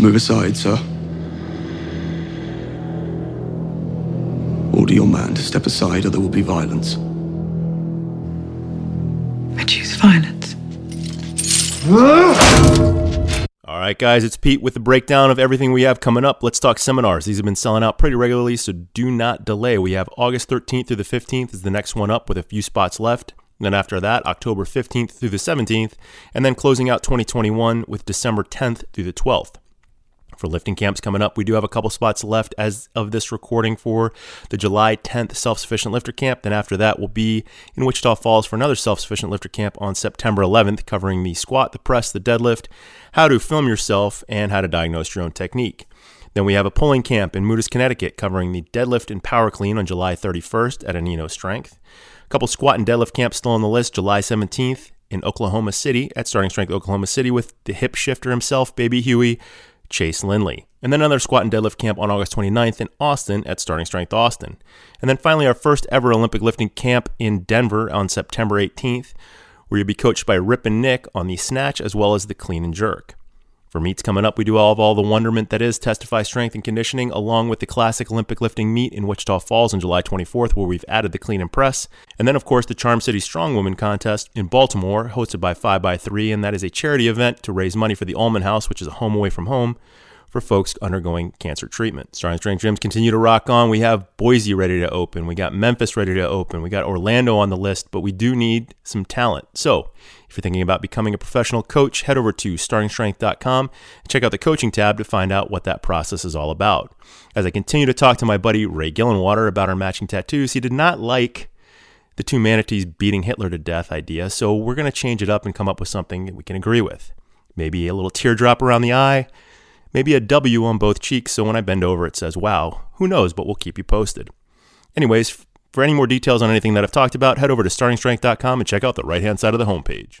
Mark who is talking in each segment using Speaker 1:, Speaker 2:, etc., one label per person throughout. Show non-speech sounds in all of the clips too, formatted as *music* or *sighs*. Speaker 1: Move aside, sir. Order your man to step aside or there will be violence.
Speaker 2: I choose violence.
Speaker 3: All right, guys, it's Pete with the breakdown of everything we have coming up. Let's talk seminars. These have been selling out pretty regularly, so do not delay. We have August 13th through the 15th is the next one up with a few spots left. And then after that, October 15th through the 17th, and then closing out 2021 with December 10th through the 12th for lifting camps coming up. We do have a couple spots left as of this recording for the July 10th Self Sufficient Lifter Camp. Then after that, we'll be in Wichita Falls for another Self Sufficient Lifter Camp on September 11th, covering the squat, the press, the deadlift, how to film yourself, and how to diagnose your own technique. Then we have a pulling camp in Moodus, Connecticut, covering the deadlift and power clean on July 31st at Anino Strength. A couple squat and deadlift camps still on the list, July 17th in Oklahoma City at Starting Strength Oklahoma City with the hip shifter himself, Baby Huey, Chase Lindley. And then another squat and deadlift camp on August 29th in Austin at Starting Strength Austin. And then finally, our first ever Olympic lifting camp in Denver on September 18th, where you'll be coached by Rip and Nick on the snatch as well as the clean and jerk. For meets coming up, we do all of all the wonderment that is Testify Strength and Conditioning, along with the classic Olympic lifting meet in Wichita Falls on July 24th, where we've added the clean and press. And then, of course, the Charm City Strong Woman contest in Baltimore, hosted by 5x3, and that is a charity event to raise money for the Allman House, which is a home away from home for folks undergoing cancer treatment. Starting Strength Gyms continue to rock on. We have Boise ready to open. We got Memphis ready to open. We got Orlando on the list, but we do need some talent. So if you're thinking about becoming a professional coach, head over to startingstrength.com and check out the coaching tab to find out what that process is all about. As I continue to talk to my buddy Ray Gillenwater about our matching tattoos, he did not like the two manatees beating Hitler to death idea, so we're going to change it up and come up with something that we can agree with. Maybe a little teardrop around the eye, maybe a W on both cheeks so when I bend over it says wow. Who knows, but we'll keep you posted. Anyways, f- for any more details on anything that I've talked about, head over to startingstrength.com and check out the right hand side of the homepage.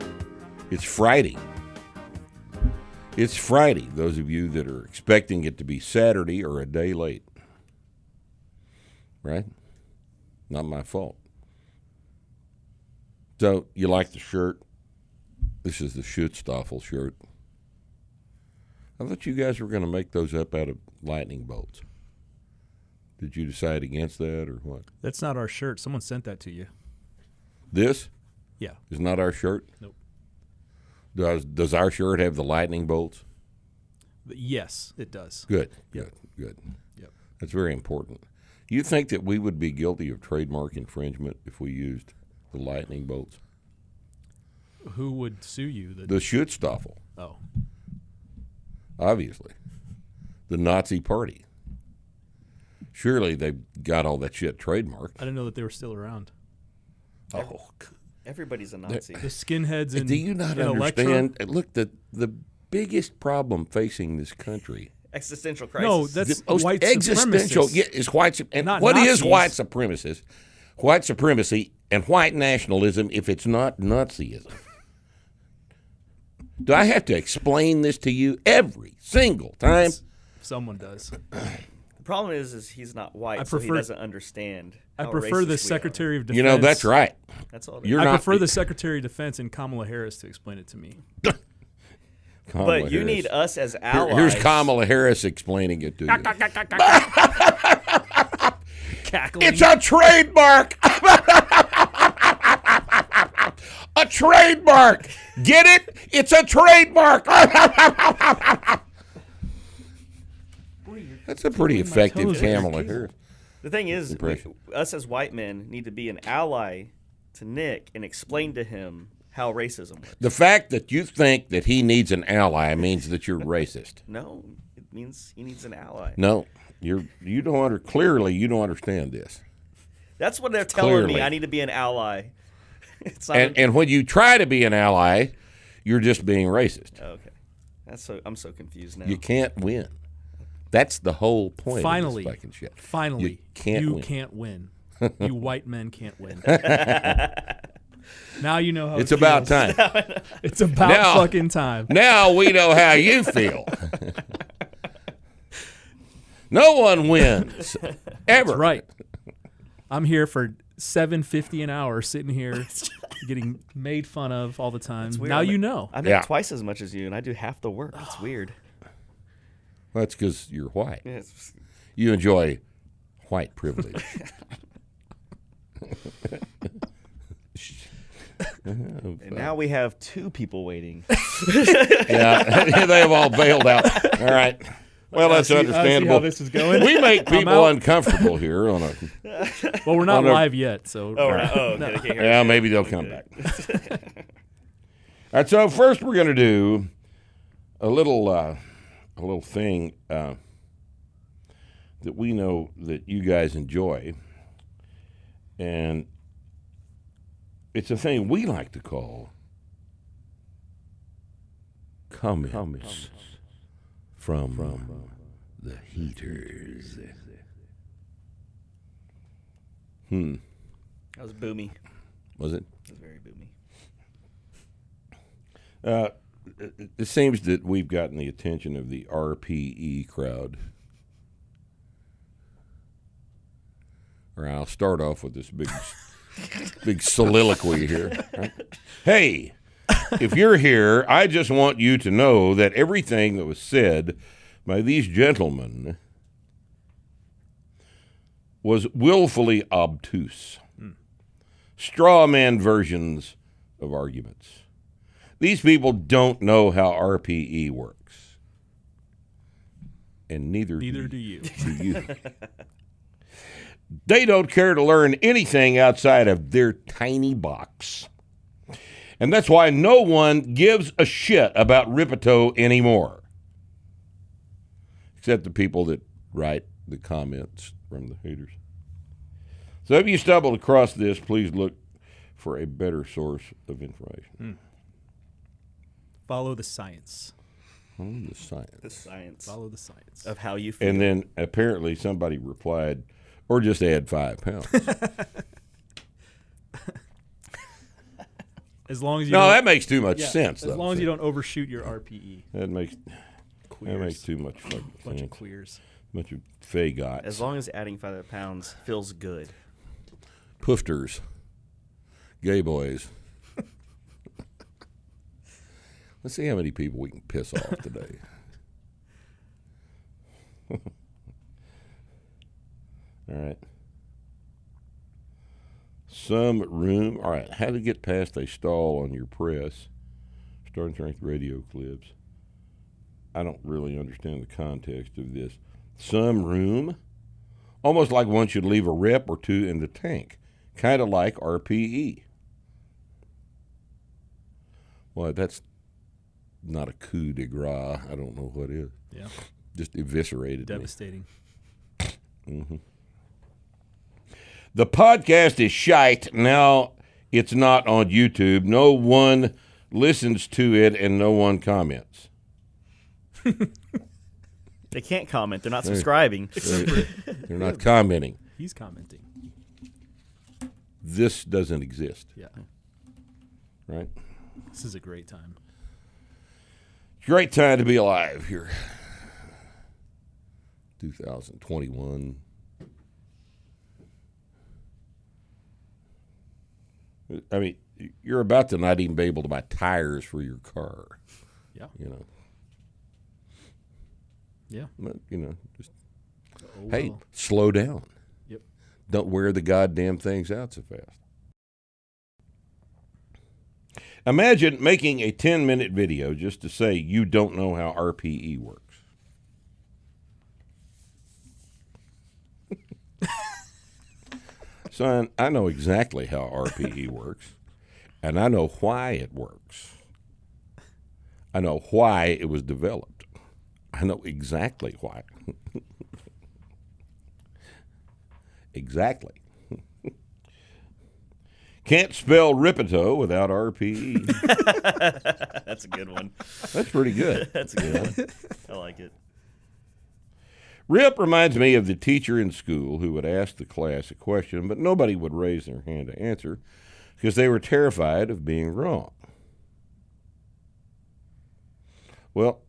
Speaker 4: It's Friday. It's Friday, those of you that are expecting it to be Saturday or a day late. Right? Not my fault. So, you like the shirt? This is the Schutzstaffel shirt. I thought you guys were going to make those up out of lightning bolts. Did you decide against that or what?
Speaker 5: That's not our shirt. Someone sent that to you.
Speaker 4: This?
Speaker 5: Yeah.
Speaker 4: is not our shirt.
Speaker 5: Nope.
Speaker 4: Does does our shirt have the lightning bolts?
Speaker 5: But yes, it does.
Speaker 4: Good. Good. Good.
Speaker 5: Yep.
Speaker 4: That's very important. You think that we would be guilty of trademark infringement if we used the lightning bolts?
Speaker 5: Who would sue you? The,
Speaker 4: The Schutzstaffel,
Speaker 5: oh,
Speaker 4: obviously. The Nazi Party. Surely they got all that shit
Speaker 5: I
Speaker 4: trademarked.
Speaker 5: didn't know that they were still around.
Speaker 4: Oh, c-
Speaker 6: Everybody's a Nazi.
Speaker 5: The skinheads and
Speaker 4: do you not
Speaker 5: and Electra?
Speaker 4: understand? Look, the the biggest problem facing this country
Speaker 6: Existential crisis.
Speaker 5: No, that's
Speaker 4: the most
Speaker 5: white
Speaker 4: existential
Speaker 5: supremacists.
Speaker 4: yeah, is white sup- and
Speaker 5: Not
Speaker 4: what is
Speaker 5: Nazis.
Speaker 4: white supremacists white supremacy and white nationalism if it's not nazism do i have to explain this to you every single time
Speaker 5: Someone
Speaker 4: *clears throat*
Speaker 5: does.
Speaker 6: the problem is, is he's not white,
Speaker 5: I
Speaker 6: so he
Speaker 5: prefer-
Speaker 6: doesn't understand.
Speaker 5: I
Speaker 6: how
Speaker 5: prefer
Speaker 6: racist we are.
Speaker 5: the Secretary of Defense.
Speaker 4: you know that's right
Speaker 6: That's all. it is.
Speaker 4: you're
Speaker 5: I
Speaker 4: not
Speaker 5: prefer the Secretary of Defense and Kamala Harris to explain it to me.
Speaker 4: Kamala
Speaker 6: But you
Speaker 4: Harris.
Speaker 6: need us as
Speaker 4: Here-
Speaker 6: allies.
Speaker 4: here's kamala harris explaining it to you *laughs*
Speaker 5: Cackling.
Speaker 4: it's a *laughs* trademark a trademark get it it's a trademark *laughs* *laughs* That's a pretty effective
Speaker 5: toes.
Speaker 4: Kamala Harris.
Speaker 6: The thing is, we,
Speaker 4: Impression.
Speaker 6: us as white men need to be an ally to Nick and explain to him how racism works.
Speaker 4: The fact that you think that he needs an ally means that you're racist.
Speaker 6: No, it means he needs an ally.
Speaker 4: No, you're you don't under clearly you don't understand this.
Speaker 6: That's what they're telling
Speaker 4: Clearly.
Speaker 6: me. I need to be an ally. *laughs* it's not
Speaker 4: And
Speaker 6: a-
Speaker 4: and when you try to be an ally, you're just being racist.
Speaker 6: okay. That's so I'm so confused now.
Speaker 4: You can't win. That's the whole point. of this
Speaker 5: Finally,
Speaker 4: fucking shit.
Speaker 5: finally,
Speaker 4: you can't
Speaker 5: you
Speaker 4: win.
Speaker 5: can't
Speaker 4: *laughs*
Speaker 5: win. you white men can't win. now you know how
Speaker 4: It's
Speaker 5: it
Speaker 4: about
Speaker 5: feels. *laughs*
Speaker 4: time.
Speaker 5: It's about
Speaker 4: Now-
Speaker 5: fucking time.
Speaker 4: Now we know
Speaker 5: *laughs*
Speaker 4: how you feel. *laughs* no
Speaker 5: *laughs*
Speaker 4: one wins ever.
Speaker 5: That's right. I'm here for seven fifty an hour, sitting here getting made fun of all the time.
Speaker 6: weird.
Speaker 5: Now
Speaker 6: I'm-
Speaker 5: you know.
Speaker 6: I make
Speaker 4: Yeah.
Speaker 6: twice as much as you, and I do half the work.
Speaker 5: *sighs*
Speaker 6: That's weird.
Speaker 4: That's because you're white.
Speaker 6: It's-
Speaker 4: You enjoy white privilege.
Speaker 6: *laughs*
Speaker 4: *laughs*
Speaker 6: and now we have two
Speaker 5: *laughs*
Speaker 6: people waiting. *laughs*
Speaker 4: yeah, *laughs* they have all bailed out. All right. Well, that's understandable.
Speaker 5: is going.
Speaker 4: we make
Speaker 5: *laughs*
Speaker 4: people
Speaker 5: out. *laughs*
Speaker 4: uncomfortable here on
Speaker 6: *laughs*
Speaker 4: a
Speaker 5: well, we're not
Speaker 4: On a-
Speaker 5: live yet, so
Speaker 6: oh, right. oh, okay, I can't hear
Speaker 4: Yeah, maybe they'll come back. All right, so first we're going to do a little uh, a little thing uh, that we know that you guys enjoy, and it's a thing we like to call comments, from, the heaters. Hmm,
Speaker 6: That was boomy.
Speaker 4: was it?
Speaker 6: That was very boomy.
Speaker 4: Uh, it, it seems that we've gotten the attention of the RPE crowd. All right, I'll start off with this big, *laughs* big soliloquy here. Hey, if you're here, I just want you to know that everything that was said by these gentlemen was willfully obtuse, straw man versions of arguments. These people don't know how RPE works. And neither,
Speaker 5: neither do you.
Speaker 4: do you.
Speaker 5: *laughs*
Speaker 4: they don't care to learn anything outside of their tiny box. And that's why no one gives a shit about Ripito anymore. Except the people that write the comments from the haters. So if you stumbled across this, please look for a better source of information.
Speaker 5: Follow the science.
Speaker 4: Only the science.
Speaker 6: The science
Speaker 5: Follow the science.
Speaker 6: of how you feel.
Speaker 4: And then apparently somebody replied, or just add five
Speaker 6: *laughs*
Speaker 4: pounds.
Speaker 5: As long as you
Speaker 4: no,
Speaker 5: don't-
Speaker 4: that makes too much
Speaker 5: yeah,
Speaker 4: sense.
Speaker 5: As
Speaker 4: though.
Speaker 5: long as you don't overshoot your E. RPE.
Speaker 4: That makes
Speaker 5: Queers.
Speaker 4: that makes too much fucking
Speaker 5: *coughs* Bunch
Speaker 4: sense.
Speaker 5: of queers.
Speaker 4: Bunch of fagots,
Speaker 6: as long as adding five pounds feels good.
Speaker 4: poofters, gay
Speaker 5: *laughs*
Speaker 4: boys. Let's see how many people we can piss off today.
Speaker 5: *laughs*
Speaker 4: All right. Some room. All right. How to get past a stall on your press. Starting strength radio clips. I don't really understand the context of this. Some room. Almost like one should leave a rep or two in the tank. Kind of like E. RPE. Well, that's not a coup de grace. I don't know what is.
Speaker 5: Yeah,
Speaker 4: Just eviscerated me.
Speaker 5: devastating.
Speaker 4: Mm-hmm. The podcast is shite. Now it's not on YouTube. No one listens to it and no one comments.
Speaker 6: They can't comment. They're not subscribing.
Speaker 4: They're, they're
Speaker 6: *laughs*
Speaker 4: not commenting.
Speaker 5: He's commenting.
Speaker 4: This doesn't exist,
Speaker 5: Yeah,
Speaker 6: Hmm.
Speaker 4: right?
Speaker 5: this is a great time.
Speaker 4: Great time to be alive here. 2021. I mean, you're about to not even be able to buy tires for your car,
Speaker 5: Yeah,
Speaker 4: you know.
Speaker 5: yeah.
Speaker 4: But, you know, just
Speaker 5: Oh,
Speaker 4: hey,
Speaker 5: well.
Speaker 4: slow down.
Speaker 5: Yep.
Speaker 4: Don't wear the goddamn things out so fast. Imagine making a 10 minute video just to say you don't know how RPE works. Son, I know exactly how RPE works, and I know why it works. I know why it was developed. I know exactly why. *laughs* Exactly. *laughs* Can't spell ripito without RPE.
Speaker 6: *laughs* That's a good one.
Speaker 4: That's pretty good.
Speaker 6: *laughs* That's a good one. I like it.
Speaker 4: Rip reminds me of the teacher in school who would ask the class a question, but nobody would raise their hand to answer because they were terrified of being wrong. Well,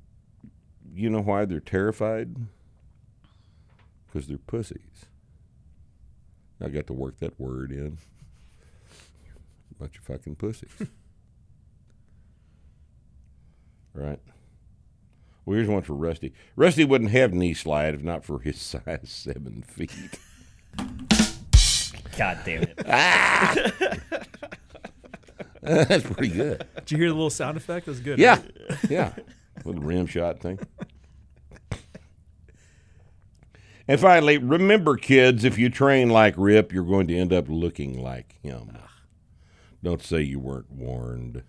Speaker 4: you know why they're terrified? Because they're pussies. I got to work that word in. Bunch of fucking pussies. right. Well, here's one for Rusty. Rusty wouldn't have knee slide if not for his *laughs* size seven feet.
Speaker 6: God
Speaker 4: *laughs*
Speaker 6: damn it.
Speaker 4: Ah! That's pretty good.
Speaker 5: Did you hear the little sound effect? That was good.
Speaker 4: Yeah,
Speaker 5: right?
Speaker 4: yeah. Little rim shot thing. And finally, remember, kids, if you train like Rip, you're going to end up looking like him. Don't say you weren't warned.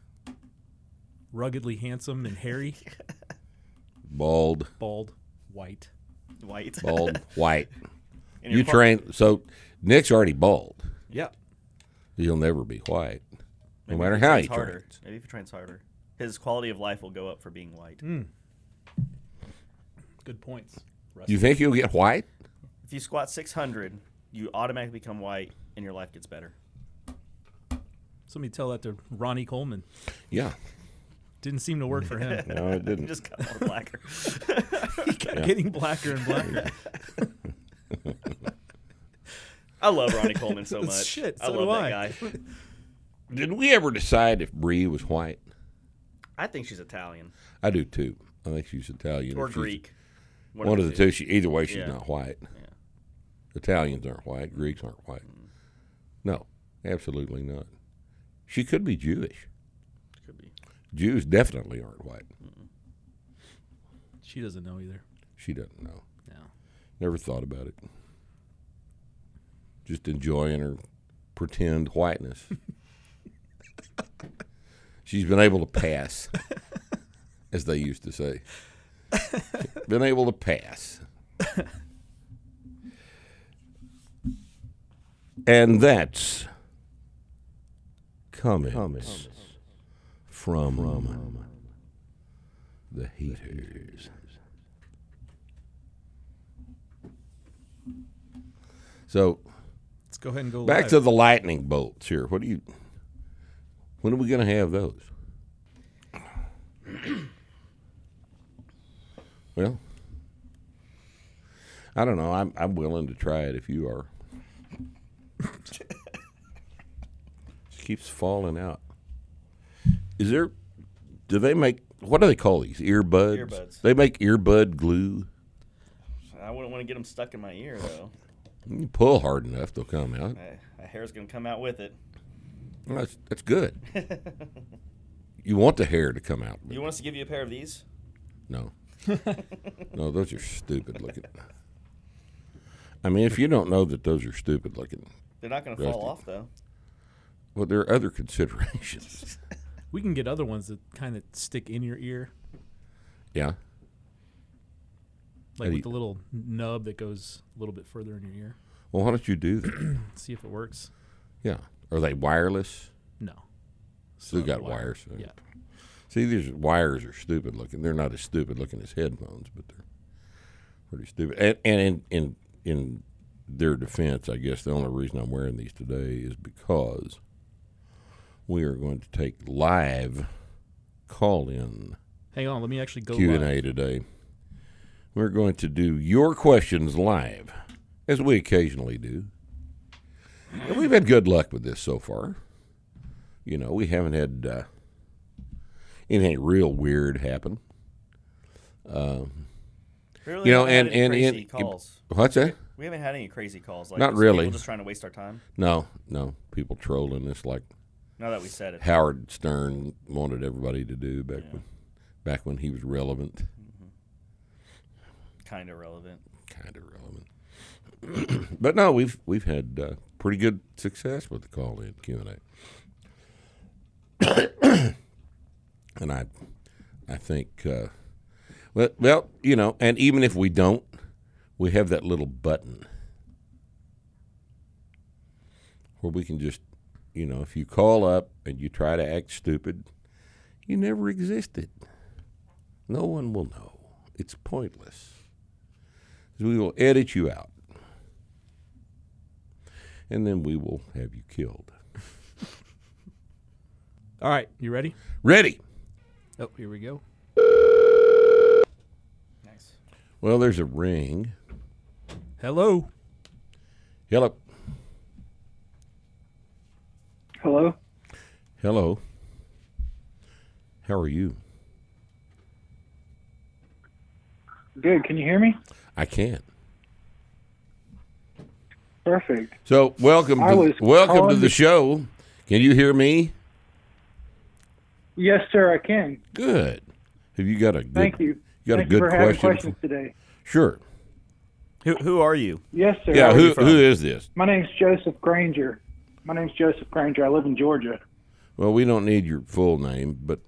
Speaker 5: Ruggedly handsome and hairy,
Speaker 4: Bald,
Speaker 5: bald, white.
Speaker 6: Dwight.
Speaker 4: *laughs* bald, white.
Speaker 6: And your
Speaker 4: You
Speaker 6: car-
Speaker 4: train. So Nick's already bald.
Speaker 5: Yeah.
Speaker 4: He'll never be white, no
Speaker 6: maybe
Speaker 4: matter
Speaker 6: if
Speaker 4: how
Speaker 6: trains
Speaker 4: he
Speaker 6: harder.
Speaker 4: trains.
Speaker 6: Maybe if he trains harder. His quality of life will go up for being white.
Speaker 5: Hmm. Good points. Rusty.
Speaker 4: You think he'll get white?
Speaker 6: If you squat 600, you automatically become white and your life gets better.
Speaker 5: Somebody tell that to Ronnie Coleman.
Speaker 4: Yeah.
Speaker 5: Didn't seem to work for him.
Speaker 4: *laughs* No, it
Speaker 6: You
Speaker 4: didn't.
Speaker 6: just got more
Speaker 5: *laughs*
Speaker 6: blacker.
Speaker 5: Getting blacker and blacker.
Speaker 6: *laughs* I love Ronnie
Speaker 5: *laughs*
Speaker 6: Coleman so much.
Speaker 5: Shit,
Speaker 6: I
Speaker 5: so
Speaker 6: love
Speaker 5: do
Speaker 6: that
Speaker 5: I. *laughs*
Speaker 6: guy.
Speaker 4: Did we ever decide if Bree was white?
Speaker 6: I think she's Italian
Speaker 4: I do too. I think she's Italian.
Speaker 6: or
Speaker 4: She's-
Speaker 6: Greek.
Speaker 4: One of the two. She, either way, she's
Speaker 6: Yeah.
Speaker 4: not white. Italians aren't white. Greeks aren't white. No, absolutely not. She could be Jewish.
Speaker 6: Could be.
Speaker 4: Jews definitely aren't white.
Speaker 5: She doesn't know either.
Speaker 4: She doesn't know.
Speaker 5: No.
Speaker 4: Never thought about it. Just enjoying her pretend whiteness. She's been able to pass, as they used to say. been able to pass. and that's comments, from, the haters. So
Speaker 5: Let's go ahead and go
Speaker 4: back
Speaker 5: live.
Speaker 4: to the lightning bolts here. What do you? When are we going to have those? *clears throat* well, I don't know. I'm I'm willing to try it if you are. Just keeps falling out. Is there? Do they make what do they call these earbuds?
Speaker 6: Earbuds.
Speaker 4: They make earbud glue.
Speaker 6: I wouldn't want to get them stuck in my ear though.
Speaker 4: You pull hard enough, they'll come out.
Speaker 6: My, my hair's gonna come out with it. *laughs*
Speaker 4: Well, that's, that's good. you want the hair to come out. but
Speaker 6: You want us to give you a pair of these? *laughs*
Speaker 4: No. no, those are stupid looking. I mean, if you don't know that those are stupid looking,
Speaker 6: They're not gonna
Speaker 4: Rusty.
Speaker 6: fall off though.
Speaker 4: well, there are other considerations.
Speaker 5: we can get other ones that kind of stick in your ear,
Speaker 4: yeah.
Speaker 5: like
Speaker 4: do
Speaker 5: with
Speaker 4: you-
Speaker 5: the little nub that goes a little bit further in your ear.
Speaker 4: Well, why don't you do that?
Speaker 5: Let's *clears throat* see if it works.
Speaker 4: yeah. Are they wireless?
Speaker 5: No.
Speaker 4: So they
Speaker 5: Still
Speaker 4: got wires.
Speaker 5: Yeah.
Speaker 4: See, these wires are stupid looking. They're not as stupid looking as headphones, but they're pretty stupid. And, and in, in in their defense, I guess the only reason I'm wearing these today is because we are going to take live call in
Speaker 5: Hang on, let me actually go.
Speaker 4: Q and
Speaker 5: live.
Speaker 4: A today. We're going to do your questions live, as we occasionally do. And we've had good luck with this so far. You know, we haven't had uh, anything real weird happen. Um,
Speaker 6: Really
Speaker 4: You know,
Speaker 6: haven't
Speaker 4: and-
Speaker 6: had any
Speaker 4: and-
Speaker 6: crazy
Speaker 4: and-
Speaker 6: calls.
Speaker 4: What's that?
Speaker 6: we haven't had any crazy calls. Like
Speaker 4: Not
Speaker 6: this.
Speaker 4: really.
Speaker 6: People just trying to waste our time.
Speaker 4: No, no. People trolling us like
Speaker 6: Now that we said it,
Speaker 4: Howard Stern wanted everybody to do back when, back when he was relevant. *laughs*
Speaker 6: kind of relevant.
Speaker 4: kind of relevant. but no, we've we've had uh, pretty good success with the call in Q and A, *coughs* and I I think uh, well well you know, and even if we don't, we have that little button where we can just You know, if you call up and you try to act stupid, you never existed. No one will know. It's pointless. We will edit you out. And then we will have you killed.
Speaker 5: All right, you ready?
Speaker 4: Ready?
Speaker 5: Oh, here we go.
Speaker 4: Well, there's a ring.
Speaker 5: Hello.
Speaker 4: Hello.
Speaker 7: Hello?
Speaker 4: Hello. How are you?
Speaker 7: Good. Can you hear me?
Speaker 4: I can't.
Speaker 7: Perfect.
Speaker 4: So welcome
Speaker 7: I was
Speaker 4: to, welcome to
Speaker 7: calling
Speaker 4: the
Speaker 7: be-
Speaker 4: show. Can you hear me?
Speaker 7: Yes, sir, I can.
Speaker 4: Good. Have you got a good
Speaker 7: Thank you.
Speaker 4: got
Speaker 7: Thank
Speaker 4: a good
Speaker 7: you for having
Speaker 4: question?
Speaker 7: questions today.
Speaker 4: Sure.
Speaker 6: Who, who are you?
Speaker 7: Yes, sir.
Speaker 4: yeah, who
Speaker 6: from?
Speaker 4: who is this?
Speaker 7: My name's Joseph Granger. My name's Joseph Granger. I live in Georgia.
Speaker 4: Well, we don't need your full name,
Speaker 7: *laughs*
Speaker 4: but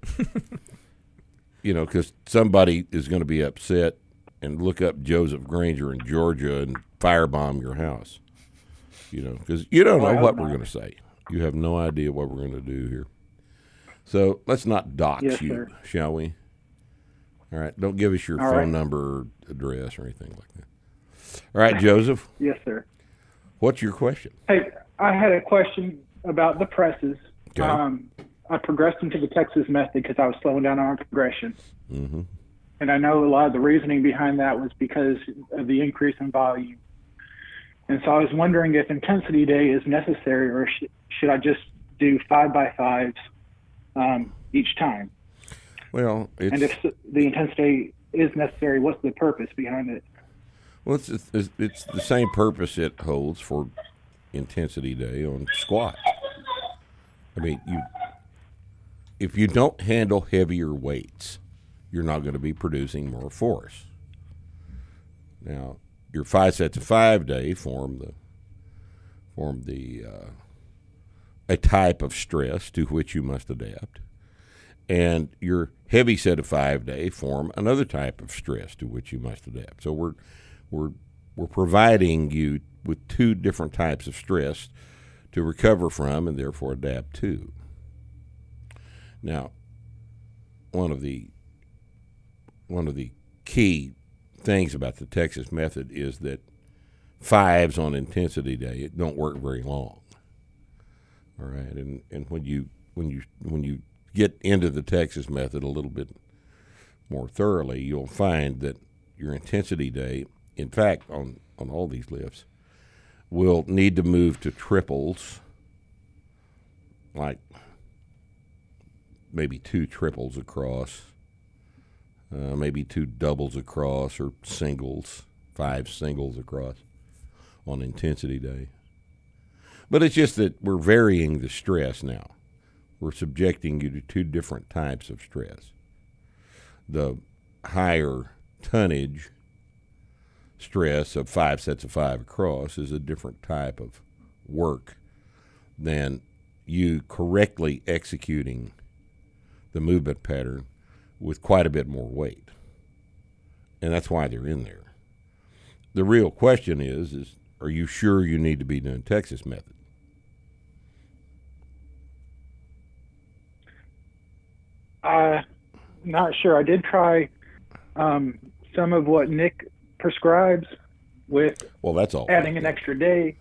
Speaker 4: you know, cuz somebody is going to be upset and look up Joseph Granger in Georgia and firebomb your house. You know, cuz you don't know what we're going to say. You have no idea what we're going to do here. So, let's not dox
Speaker 7: Yes,
Speaker 4: you,
Speaker 7: sir.
Speaker 4: shall we? All right, don't give us your
Speaker 7: All
Speaker 4: phone
Speaker 7: right.
Speaker 4: number or address or anything like that. All right, Joseph,
Speaker 7: Yes, sir.
Speaker 4: what's your question?
Speaker 7: Hey, I had a question about the presses.
Speaker 4: Okay.
Speaker 7: Um, I progressed into the Texas method because I was slowing down on progression. Mm-hmm. And I know a lot of the reasoning behind that was because of the increase in volume. And so I was wondering if intensity day is necessary or sh- should I just do five by fives um, each time?
Speaker 4: Well, it's
Speaker 7: And if s- the intensity is necessary, what's the purpose behind it?
Speaker 4: Well, it's, it's, it's the same purpose it holds for intensity day on squats. I mean, you if you don't handle heavier weights, you're not going to be producing more force. Now, your five sets of five day form the form the uh, a type of stress to which you must adapt, and your heavy set of five day form another type of stress to which you must adapt. So we're we're we're providing you with two different types of stress to recover from and therefore adapt to. Now, one of the one of the key things about the Texas method is that fives on intensity day it don't work very long. All right, and and when you when you when you get into the Texas method a little bit more thoroughly, you'll find that your intensity day, in fact, on on all these lifts, will need to move to triples, like maybe two triples across, uh, maybe two doubles across, or singles, five singles across on intensity day. But it's just that we're varying the stress now. We're subjecting you to two different types of stress. The higher tonnage stress of five sets of five across is a different type of work than you correctly executing the movement pattern with quite a bit more weight. And that's why they're in there. The real question is is are you sure you need to be doing Texas method?
Speaker 7: Uh, not sure. I did try um, some of what Nick prescribes with
Speaker 4: Well, that's all.
Speaker 7: adding an extra day.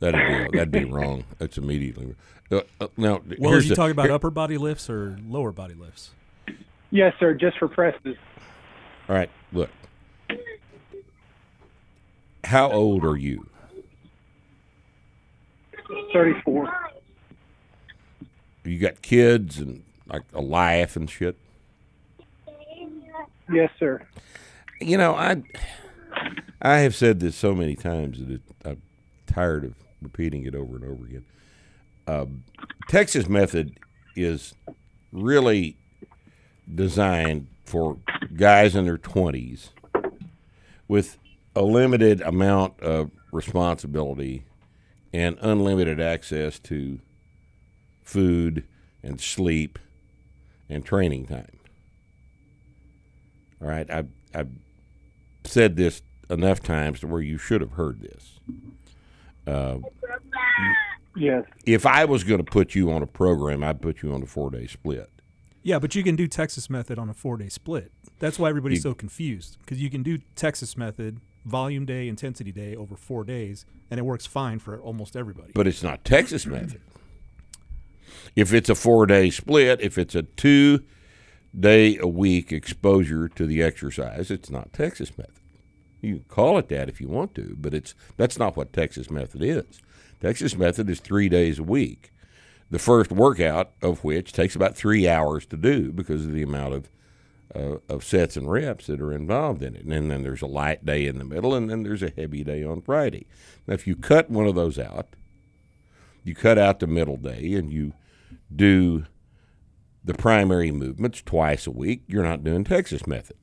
Speaker 4: That'd be that'd be wrong. That's immediately. Uh, uh, now,
Speaker 8: Well,
Speaker 4: here's
Speaker 8: are you
Speaker 4: the-
Speaker 8: talking about
Speaker 4: here-
Speaker 8: upper body lifts or lower body lifts?
Speaker 7: Yes, sir, just for presses.
Speaker 4: All right, look. How old are you?
Speaker 7: 34.
Speaker 4: You got kids and like a life and shit.
Speaker 7: Yes, sir.
Speaker 4: You know, Oh, I I have said this so many times that it, I'm tired of repeating it over and over again. Um, Texas method is really designed for guys in their twenties with a limited amount of responsibility and unlimited access to food and sleep and training time. All right, I've, I've said this enough times to where you should have heard this. Uh,
Speaker 7: Yes.
Speaker 4: If I was going to put you on a program, I'd put you on a four day split.
Speaker 8: Yeah, but you can do Texas method on a four day split. That's why everybody's so confused because you can do Texas method, volume day, intensity day over four days, and it works fine for almost everybody.
Speaker 4: But it's not Texas method. If it's a four day split, if it's a two day a week exposure to the exercise, it's not Texas method. You can call it that if you want to, but it's that's not what Texas method is. Texas method is three days a week. The first workout of which takes about three hours to do because of the amount of uh, of sets and reps that are involved in it. And then there's a light day in the middle, and then there's a heavy day on Friday. Now, if you cut one of those out, you cut out the middle day and you do the primary movements twice a week, you're not doing Texas method.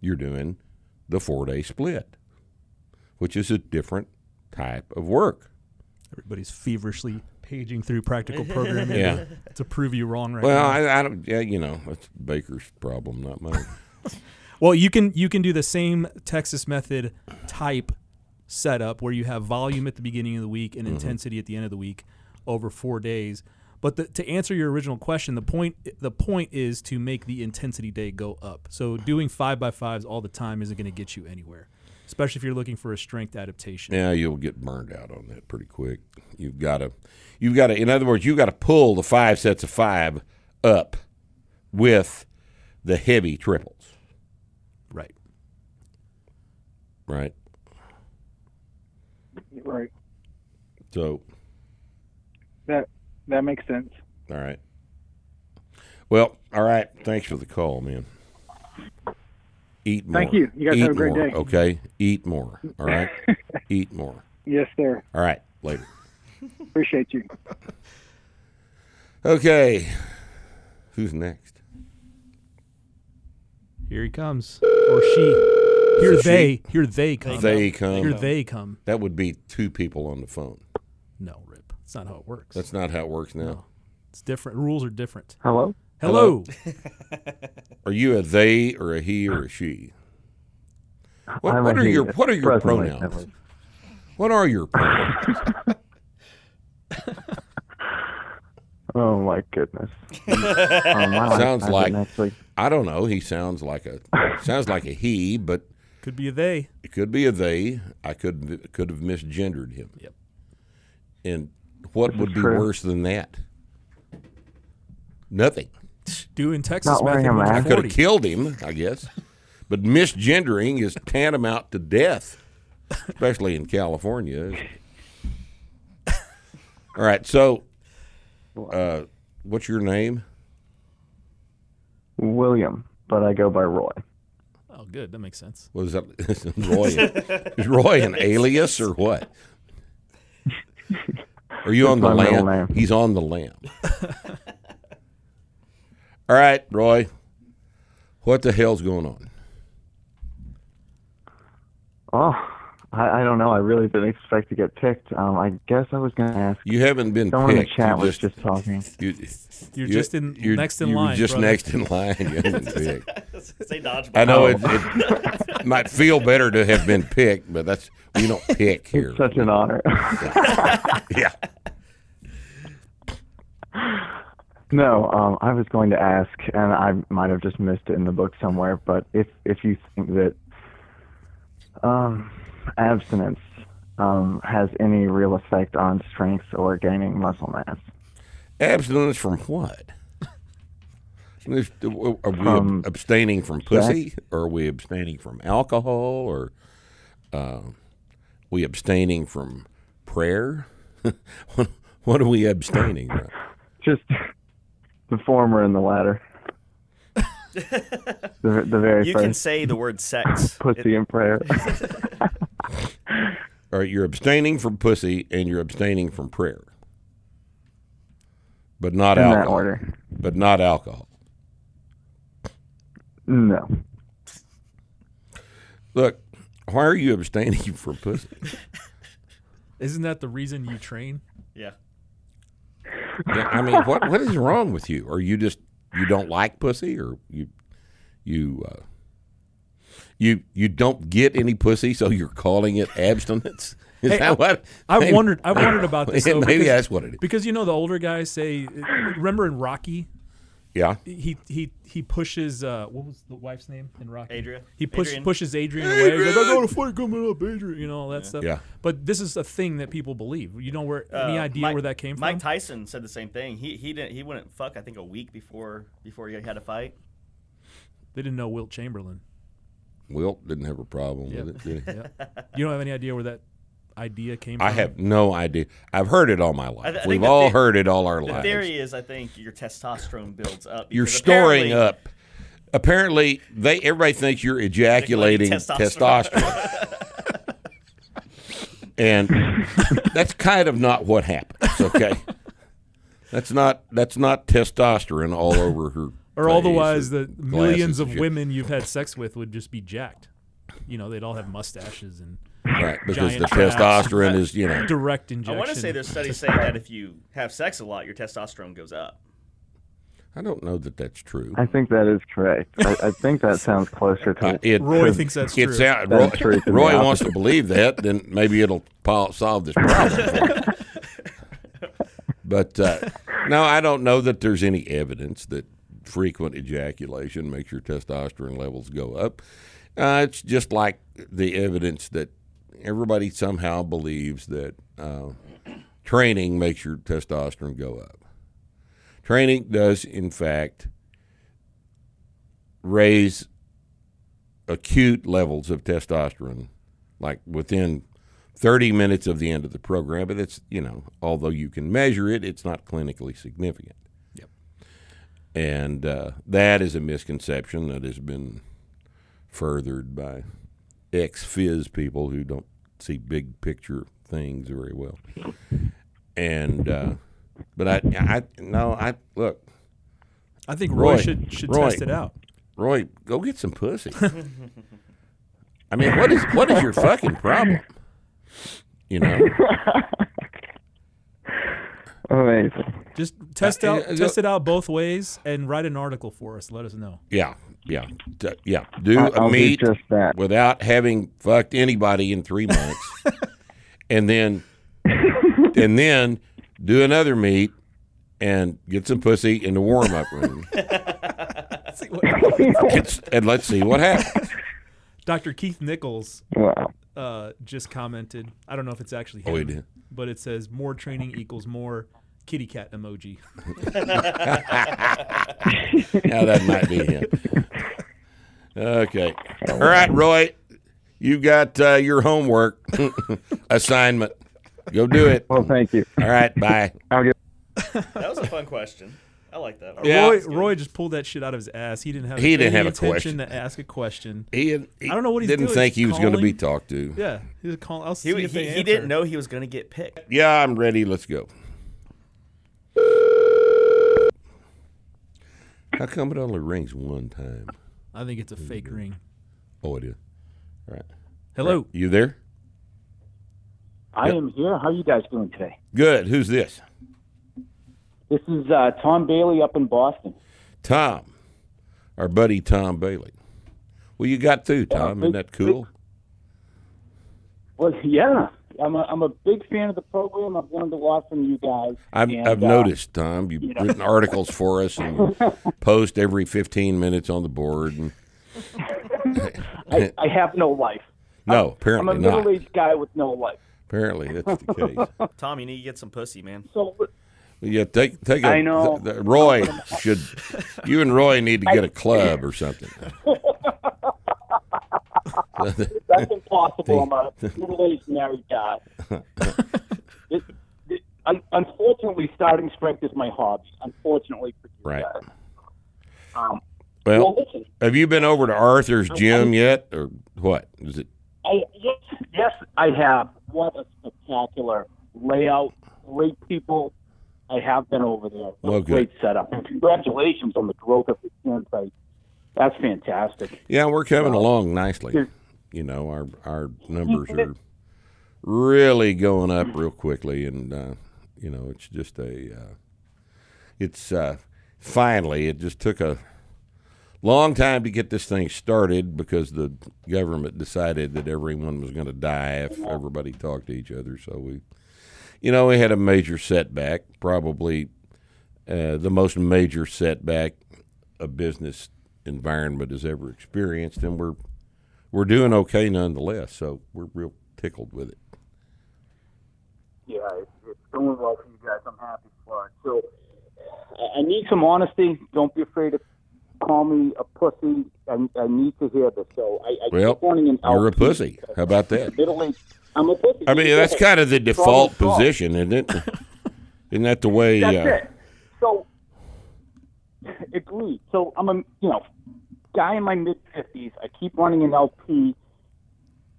Speaker 4: You're doing the four day split, which is a different type of work.
Speaker 8: Everybody's feverishly paging through practical
Speaker 4: *laughs*
Speaker 8: programming
Speaker 4: Yeah.
Speaker 8: to, to prove you wrong right
Speaker 4: Well,
Speaker 8: now.
Speaker 4: I, I don't, yeah, you know, that's Baker's problem, not mine.
Speaker 8: Well, you can you can do the same Texas method type setup where you have volume at the beginning of the week
Speaker 4: Mm-hmm.
Speaker 8: and intensity at the end of the week over 4 days. But the, to answer your original question, the point the point is to make the intensity day go up. So doing 5 by 5s all the time isn't going to get you anywhere, especially if you're looking for a strength adaptation.
Speaker 4: Yeah, you'll get burned out on that pretty quick. You've got to, you've got to. In other words, you've got to pull the five sets of five up with the heavy triples,
Speaker 8: Right.
Speaker 4: right?
Speaker 7: Right.
Speaker 4: So,
Speaker 7: That that makes sense.
Speaker 4: all right. Well, all right. Thanks for the call, man. Eat more.
Speaker 7: Thank you. You guys
Speaker 4: Eat
Speaker 7: have a great
Speaker 4: more,
Speaker 7: day.
Speaker 4: Okay. Eat more. All
Speaker 7: *laughs*
Speaker 4: right. Eat more.
Speaker 7: Yes, sir.
Speaker 4: All right. Later.
Speaker 7: Appreciate you.
Speaker 4: Okay. Who's next?
Speaker 8: Here he comes or she. Here they, here they come.
Speaker 4: They
Speaker 8: Here
Speaker 4: come.
Speaker 8: they come.
Speaker 4: That would be two people on the phone.
Speaker 8: No, rip. That's not how it works.
Speaker 4: That's not how it works now.
Speaker 8: it's different. Rules are different.
Speaker 7: Hello.
Speaker 8: Hello.
Speaker 4: Are you a they or a he or a she? What,
Speaker 9: I'm
Speaker 4: what
Speaker 9: a
Speaker 4: are
Speaker 9: he
Speaker 4: your What are your
Speaker 9: presently, at
Speaker 4: pronouns?
Speaker 9: least.
Speaker 4: What are your pronouns?
Speaker 9: *laughs* Oh my
Speaker 4: *laughs*
Speaker 9: goodness. Um, my wife
Speaker 4: Sounds
Speaker 9: hasn't
Speaker 4: like-
Speaker 9: actually.
Speaker 4: I don't know. He sounds like a sounds like a he, but
Speaker 8: Could be a they.
Speaker 4: it could be a they. I could could have misgendered him.
Speaker 8: Yep.
Speaker 4: And what would be
Speaker 9: true.
Speaker 4: worse than that? Nothing.
Speaker 8: doing Texas
Speaker 9: Not wearing
Speaker 8: method
Speaker 9: a
Speaker 8: when
Speaker 9: mask.
Speaker 8: you're
Speaker 4: I could
Speaker 8: 40.
Speaker 4: have killed him, I guess. But misgendering is tantamount to death, especially in California. All right, so uh, what's your name?
Speaker 9: William, but I go by Roy.
Speaker 8: Oh, good. That makes sense.
Speaker 4: Was that *laughs* Roy? Is Roy an alias or what? Are you on the
Speaker 9: my middle
Speaker 4: lamp?
Speaker 9: name.
Speaker 4: He's on the lamp. All right, Roy. What the hell's going on?
Speaker 9: *laughs* Oh, I, I don't know. I really didn't expect to get picked. Um, I guess I was going to ask.
Speaker 4: You haven't been
Speaker 9: Someone in
Speaker 4: picked.
Speaker 9: the chat
Speaker 4: You
Speaker 9: was just talking.
Speaker 4: you-
Speaker 8: You're just in
Speaker 4: you're-
Speaker 8: next in
Speaker 4: you were
Speaker 8: line.
Speaker 4: Just
Speaker 8: brother.
Speaker 4: next in line. You haven't been picked.
Speaker 6: *laughs* Say dodgeball.
Speaker 4: I know it,
Speaker 6: *laughs*
Speaker 4: it might feel better to have been picked, but that's we don't pick here.
Speaker 9: It's such an honor.
Speaker 4: *laughs* yeah.
Speaker 9: no, um, I was going to ask, and I might have just missed it in the book somewhere. But if if you think that um, abstinence um, has any real effect on strength or gaining muscle mass,
Speaker 4: Abstinence from what?
Speaker 9: *laughs*
Speaker 4: There's- Are we
Speaker 9: From
Speaker 4: abstaining from pussy? Or are we abstaining from alcohol? Or uh, we abstaining from prayer? *laughs* what, what are we abstaining from?
Speaker 9: just the former and the latter. the, the very
Speaker 6: You
Speaker 9: first
Speaker 6: can say the word sex.
Speaker 9: pussy in
Speaker 6: *laughs*
Speaker 9: prayer.
Speaker 4: All right, you're abstaining from pussy and you're abstaining from prayer, but not
Speaker 9: In that
Speaker 4: alcohol.
Speaker 9: order.
Speaker 4: But not alcohol.
Speaker 9: no,
Speaker 4: Look, why are you abstaining *laughs* from pussy?
Speaker 8: Isn't that the reason you train?
Speaker 6: yeah.
Speaker 4: Yeah, I mean, what what is wrong with you? Are you just you don't like pussy, or you you uh, you you don't get any pussy, so you're calling it abstinence? *laughs* Is
Speaker 8: Hey,
Speaker 4: that
Speaker 8: I-
Speaker 4: what?
Speaker 8: I've wondered. I've wondered about
Speaker 4: *laughs*
Speaker 8: this. though,
Speaker 4: Maybe
Speaker 8: because-
Speaker 4: that's what it is.
Speaker 8: Because you know the older guys say. Remember in Rocky,
Speaker 4: Yeah.
Speaker 8: he he he pushes. Uh, what was the wife's name in Rocky?
Speaker 6: Adria.
Speaker 8: He push,
Speaker 6: Adrian.
Speaker 8: pushes Adrian, away. He's like, I
Speaker 6: Adrian!
Speaker 8: got a fight coming up, Adrian. You know all that stuff.
Speaker 4: Yeah.
Speaker 8: But this is a thing that people believe. You know where? any
Speaker 6: Uh,
Speaker 8: idea
Speaker 6: Mike-
Speaker 8: where that came
Speaker 6: Mike
Speaker 8: from?
Speaker 6: Tyson said the same thing. He he didn't he wouldn't fuck I think a week before before he had a fight.
Speaker 8: They didn't know Wilt Chamberlain.
Speaker 4: Wilt didn't have a problem with it. Did
Speaker 6: *laughs*
Speaker 4: he?
Speaker 8: *laughs* You don't have any idea where that idea came from.
Speaker 4: I have no idea. I've heard it all my life.
Speaker 6: I th- I think
Speaker 4: We've
Speaker 6: the
Speaker 4: all
Speaker 6: the-
Speaker 4: heard it all our
Speaker 6: the
Speaker 4: lives.
Speaker 6: theory is I think your testosterone builds up.
Speaker 4: you're
Speaker 6: because
Speaker 4: storing
Speaker 6: apparently-
Speaker 4: up. Apparently, they everybody thinks you're ejaculating
Speaker 6: Testosterone.
Speaker 4: testosterone. and that's kind of not what happens, okay? That's not that's not testosterone all over her.
Speaker 8: Or otherwise, the millions of
Speaker 4: women.
Speaker 8: women you've had sex with would just be jacked. You know, they'd all have mustaches and
Speaker 4: Right, because
Speaker 8: giant
Speaker 4: the
Speaker 8: traps.
Speaker 4: testosterone is, you know-
Speaker 8: *laughs* direct
Speaker 6: I
Speaker 8: injection.
Speaker 6: want to say there's studies saying that if you have sex a lot, your testosterone goes
Speaker 8: *laughs*
Speaker 6: up.
Speaker 4: I don't know that that's true.
Speaker 10: I think that is correct. I, I think
Speaker 11: *laughs*
Speaker 10: that sounds closer to.
Speaker 4: Uh, it-
Speaker 8: Roy thinks that's
Speaker 4: it
Speaker 8: true.
Speaker 4: sound-
Speaker 10: That's
Speaker 4: Roy,
Speaker 10: true, to the
Speaker 4: Roy wants to
Speaker 10: opposite.
Speaker 4: believe that, then maybe it'll pol- solve this problem.
Speaker 8: *laughs*
Speaker 4: but uh, no, I don't know that there's any evidence that frequent ejaculation makes your testosterone levels go up. Uh, it's just like the evidence that everybody somehow believes that uh, training makes your testosterone go up. Training does, in fact, raise acute levels of testosterone, like within 30 minutes of the end of the program. But it's, you know, although you can measure it, it's not clinically significant.
Speaker 8: Yep.
Speaker 4: And uh, that is a misconception that has been furthered by ex phys people who don't see big picture things very well. And, uh, but I, I, no, I, look,
Speaker 8: I think Roy, should should
Speaker 4: Roy,
Speaker 8: test it out.
Speaker 4: Roy, go get some pussy. I mean, what is what is your fucking problem? You know,
Speaker 10: *laughs* Amazing.
Speaker 8: Just test
Speaker 4: Uh,
Speaker 8: out
Speaker 4: uh,
Speaker 8: test it out both ways and write an article for us. Let us know. *laughs*
Speaker 4: yeah, *laughs* yeah, D- yeah. Do
Speaker 10: I-
Speaker 4: a
Speaker 10: I'll do
Speaker 4: meet
Speaker 10: just that.
Speaker 4: without having fucked anybody in three
Speaker 10: *laughs*
Speaker 4: months, and then and then do another meet and get some pussy in the warm up
Speaker 10: *laughs*
Speaker 4: room, It's- and let's see what happens.
Speaker 8: Dr. Keith Nichols
Speaker 10: Wow.
Speaker 8: uh, just commented. I don't know if it's actually him,
Speaker 4: Oh, he did.
Speaker 8: but it says more training equals more kitty cat emoji.
Speaker 4: *laughs* Yeah, that might be him. Okay. All right, Roy. You got uh, your homework *laughs* assignment. Go do it.
Speaker 10: Well, thank you.
Speaker 4: All right. Bye.
Speaker 10: I'll get.
Speaker 6: That was a fun question. I like that.
Speaker 4: Yeah.
Speaker 8: Roy, Roy just pulled that shit out of his ass. He didn't have
Speaker 4: He didn't
Speaker 8: any
Speaker 4: have a
Speaker 8: intention
Speaker 4: question.
Speaker 8: to ask a question.
Speaker 4: He,
Speaker 8: *laughs* I don't know what he's
Speaker 4: didn't
Speaker 8: doing.
Speaker 4: think he
Speaker 8: He's
Speaker 4: was going to
Speaker 8: calling.
Speaker 4: be talked to. Yeah.
Speaker 8: Yeah, he was calling. I'll see
Speaker 6: He,
Speaker 8: if
Speaker 6: he,
Speaker 8: they
Speaker 6: he
Speaker 8: answer.
Speaker 6: didn't know he was going to get picked.
Speaker 4: I'm ready. Let's go. How come it only rings one time?
Speaker 8: I think it's a
Speaker 4: Mm-hmm.
Speaker 8: fake ring.
Speaker 4: Oh, it is. All right.
Speaker 8: Hello.
Speaker 4: You there?
Speaker 11: I am here. How are you guys doing today?
Speaker 4: Good. Who's this?
Speaker 11: This is uh, Tom Bailey up in Boston.
Speaker 4: Tom, our buddy Tom Bailey. Well, you got through,
Speaker 11: Uh,
Speaker 4: Tom. Isn't that cool?
Speaker 11: Well, *laughs* yeah, I'm a, I'm a big fan of the program. I've learned a lot from you guys.
Speaker 4: I've,
Speaker 11: And,
Speaker 4: I've
Speaker 11: uh,
Speaker 4: noticed, Tom. You've written articles for us and post every 15 minutes on the board. And,
Speaker 11: *laughs* I, I
Speaker 4: *laughs*
Speaker 11: have no life.
Speaker 4: no,
Speaker 11: I'm a
Speaker 4: apparently not.
Speaker 11: middle-aged guy with no life.
Speaker 4: Apparently that's
Speaker 11: *laughs*
Speaker 4: the case. Well,
Speaker 6: Tom, you need to get some pussy, man.
Speaker 11: So
Speaker 4: yeah, take take. A,
Speaker 11: I know.
Speaker 4: th- th- Roy should. You and Roy need to get
Speaker 11: *laughs*
Speaker 4: a club or something.
Speaker 11: that's impossible.
Speaker 4: *laughs*
Speaker 11: I'm a middle-aged married guy. It- it- un- unfortunately, starting strength is my hobby. Unfortunately for you
Speaker 4: Right.
Speaker 11: guys. Um, well,
Speaker 4: Well,
Speaker 11: listen,
Speaker 4: have you been over to Arthur's gym yet, or what? Is it?
Speaker 11: I, yes, yes, I have. What a spectacular layout. Great people. I have been over there. What a
Speaker 4: Well, good.
Speaker 11: great setup. And congratulations on the growth of the campsite. That's fantastic.
Speaker 4: Yeah, we're coming along nicely.
Speaker 11: Here.
Speaker 4: You know, our our numbers are really going up real quickly, and uh, you know, it's just a, uh, it's uh, finally it just took a Long time to get this thing started because the government decided that everyone was going to die if everybody talked to each other. So we, you know, we had a major setback, probably uh, the most major setback a business environment has ever experienced, and we're we're doing okay nonetheless. So we're real tickled with it.
Speaker 11: Yeah, if, if someone like you guys, I'm happy for it. So I- I need some honesty. Don't be afraid to call me a pussy. I, I need to hear this. So I, I
Speaker 4: Well,
Speaker 11: keep wanting an
Speaker 4: you're a
Speaker 11: LP.
Speaker 4: pussy. How about
Speaker 11: *laughs*
Speaker 4: that?
Speaker 11: Middle aged. I'm a pussy.
Speaker 4: I mean, that's kind of the
Speaker 11: Call me
Speaker 4: default
Speaker 11: soft.
Speaker 4: position, isn't it? Isn't that the way?
Speaker 11: That's
Speaker 4: uh,
Speaker 11: it. So, *laughs* agreed. So I'm a you know guy in my mid fifties. I keep running an LP,